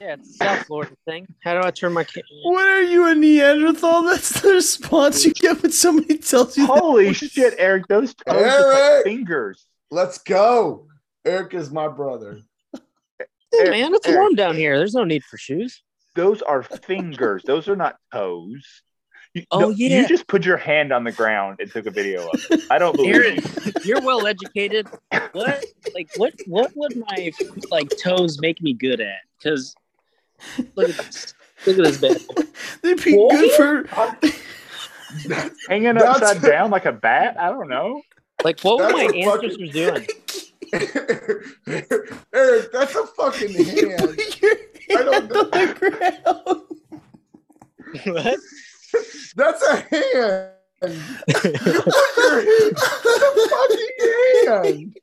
Speaker 7: Yeah, it's a South Florida thing. How do I turn my ca-
Speaker 2: What are you a Neanderthal? That's the response you get when somebody tells you.
Speaker 5: Holy shit, Eric, those toes look
Speaker 1: Eric!
Speaker 5: like fingers.
Speaker 1: let's go eric is my brother
Speaker 5: Eric,
Speaker 7: man? It's
Speaker 5: Eric,
Speaker 7: warm down here. There's no need for shoes.
Speaker 5: Those are fingers. Those are not toes. You,
Speaker 7: Oh,
Speaker 5: no,
Speaker 7: yeah.
Speaker 5: You just put your hand on the ground and took a video of it. I don't believe
Speaker 7: Aaron,
Speaker 5: you.
Speaker 7: you're well educated. What, like, what, what would my like toes make me good at? Because look at this. Look at this bad. boy.
Speaker 2: They'd be good for.
Speaker 5: Hanging
Speaker 1: That's-
Speaker 5: upside down like a bat? I don't know.
Speaker 7: Like, what were my
Speaker 1: That's a fucking-
Speaker 7: ancestors doing?
Speaker 1: eric that's a fucking
Speaker 2: You
Speaker 1: hand
Speaker 2: put your
Speaker 1: I don't
Speaker 2: hand on the ground.
Speaker 7: What?
Speaker 1: that's a hand you put your hand that's a fucking hand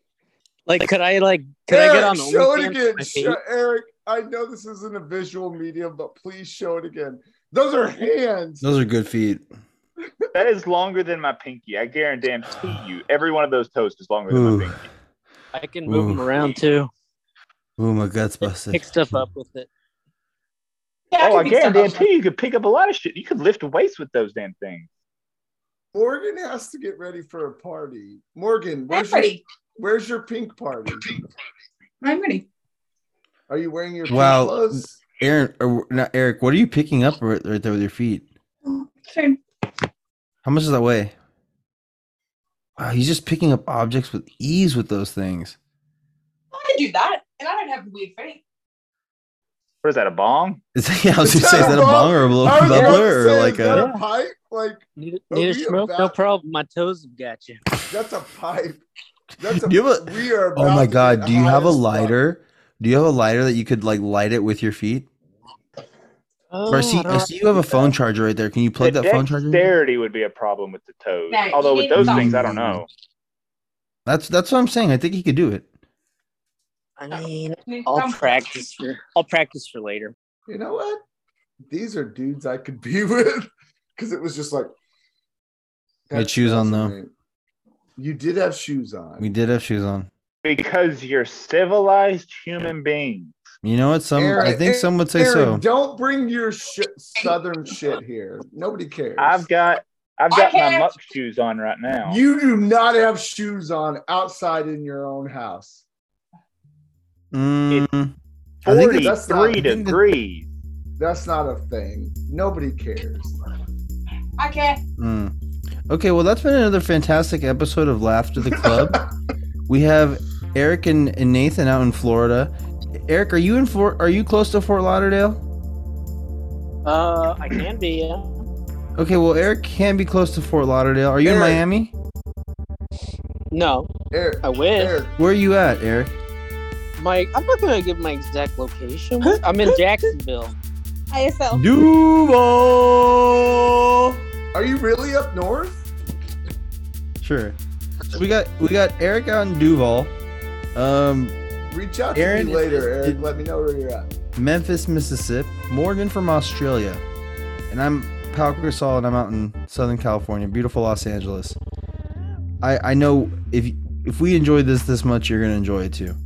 Speaker 7: Like, could I like, could I get on
Speaker 1: show it
Speaker 7: OnlyFans with
Speaker 1: again
Speaker 7: my feet?
Speaker 1: show, eric i know this isn't a visual medium but please show it again those are hands
Speaker 2: Those are good feet.
Speaker 5: That is longer than my pinky. I guarantee you. Every one of those toes is longer than
Speaker 2: Ooh,
Speaker 5: my pinky.
Speaker 7: I can move them
Speaker 2: Ooh.
Speaker 7: around too.
Speaker 2: ooh, my guts busted.
Speaker 7: Pick stuff up with it.
Speaker 8: Yeah,
Speaker 5: Oh, I
Speaker 8: can pick stuff up.
Speaker 5: guarantee you could pick up a lot of shit. You could lift weights with those damn things.
Speaker 1: morgan has to get ready for a party morgan
Speaker 8: I'm
Speaker 1: where's your,
Speaker 8: ready.
Speaker 1: where's your pink party
Speaker 8: I'm ready.
Speaker 1: are you wearing your
Speaker 2: Wow.
Speaker 1: pink clothes
Speaker 2: Aaron, or not Eric, what are you picking up right, right there with your feet?
Speaker 8: Soon.
Speaker 2: How much does that weigh? Wow, he's just picking up objects with ease with those things.
Speaker 8: I can do that, and I don't have weird feet.
Speaker 5: What is that, a bong?
Speaker 2: Is that, yeah, I was
Speaker 1: Is
Speaker 2: gonna say,
Speaker 1: that
Speaker 2: is
Speaker 1: a
Speaker 2: that a
Speaker 1: bong?
Speaker 2: bong or a blow,
Speaker 1: I was about to
Speaker 2: bubbler or
Speaker 1: say,
Speaker 2: like
Speaker 1: is that
Speaker 2: a?
Speaker 1: a pipe like
Speaker 7: Need,
Speaker 1: Are
Speaker 7: need a
Speaker 1: we
Speaker 7: smoke? No
Speaker 1: Oh, about-
Speaker 7: problem. My toes have got you.
Speaker 1: that's a pipe that's a,
Speaker 2: Do you have a-
Speaker 1: we are
Speaker 2: Oh
Speaker 1: about
Speaker 2: my
Speaker 1: to
Speaker 2: god,
Speaker 1: get
Speaker 2: do you have
Speaker 1: high
Speaker 2: a
Speaker 1: as fuck.
Speaker 2: lighter? Do you have a lighter that you could like light it with your feet?
Speaker 7: Oh,
Speaker 2: Or I see,
Speaker 7: I
Speaker 2: I
Speaker 7: don't-
Speaker 2: see you have a phone charger right there. Can you plug
Speaker 5: the
Speaker 2: that phone charger? in?
Speaker 5: dexterity would be a problem with the toes.
Speaker 8: No, you
Speaker 5: Although
Speaker 8: need
Speaker 5: with those
Speaker 8: socks.
Speaker 5: things, I don't know.
Speaker 2: That's that's what I'm saying. I think he could do it.
Speaker 7: I mean,
Speaker 8: Need
Speaker 7: I'll
Speaker 8: some-
Speaker 7: practice for. I'll practice for later.
Speaker 1: you know what these are dudes i could be with because it was just like
Speaker 2: We had shoes on, though.
Speaker 1: fascinating. You did have shoes on.
Speaker 2: We did have shoes on.
Speaker 5: Because you're civilized human beings.
Speaker 2: You know what? Some
Speaker 1: Aaron-
Speaker 2: I think some would say
Speaker 1: Aaron,
Speaker 2: so.
Speaker 1: Don't bring your sh- southern shit here. Nobody cares.
Speaker 5: I've got I've
Speaker 8: I
Speaker 5: got my
Speaker 8: have-
Speaker 5: muck shoes on right now.
Speaker 1: you do not have shoes on outside in your own house.
Speaker 2: Mm, I think
Speaker 5: Forty
Speaker 1: that's not- I
Speaker 5: three
Speaker 1: think
Speaker 2: that-
Speaker 5: degrees.
Speaker 1: That's not a thing. Nobody cares.
Speaker 8: Okay.
Speaker 2: mm. Okay, well, that's been another fantastic episode of Laughter the Club. we have Eric and, and Nathan out in Florida. Eric, are you in Fort? Are you close to Fort Lauderdale?
Speaker 7: Uh, I can be. Yeah.
Speaker 2: Okay, well, Eric can be close to Fort Lauderdale. Are you in
Speaker 1: Eric.
Speaker 2: Miami?
Speaker 7: No,
Speaker 1: Eric,
Speaker 7: I wish.
Speaker 1: Eric,
Speaker 2: Where are you at, Eric?
Speaker 7: Mike, I'm not gonna give my exact location. I'm in Jacksonville.
Speaker 3: ASL.
Speaker 2: Duval.
Speaker 1: are you really up north?
Speaker 2: Sure. So we got we got Eric out in Duval, um,
Speaker 1: Reach out
Speaker 2: Aaron,
Speaker 1: to me later,
Speaker 2: it-
Speaker 1: Eric.
Speaker 2: it-
Speaker 1: Let me know where you're at.
Speaker 2: Memphis, Mississippi. Morgan from Australia, and I'm Pal Crisol, and I'm out in Southern California, beautiful Los Angeles. I I know if if we enjoyed this this much, you're gonna enjoy it too.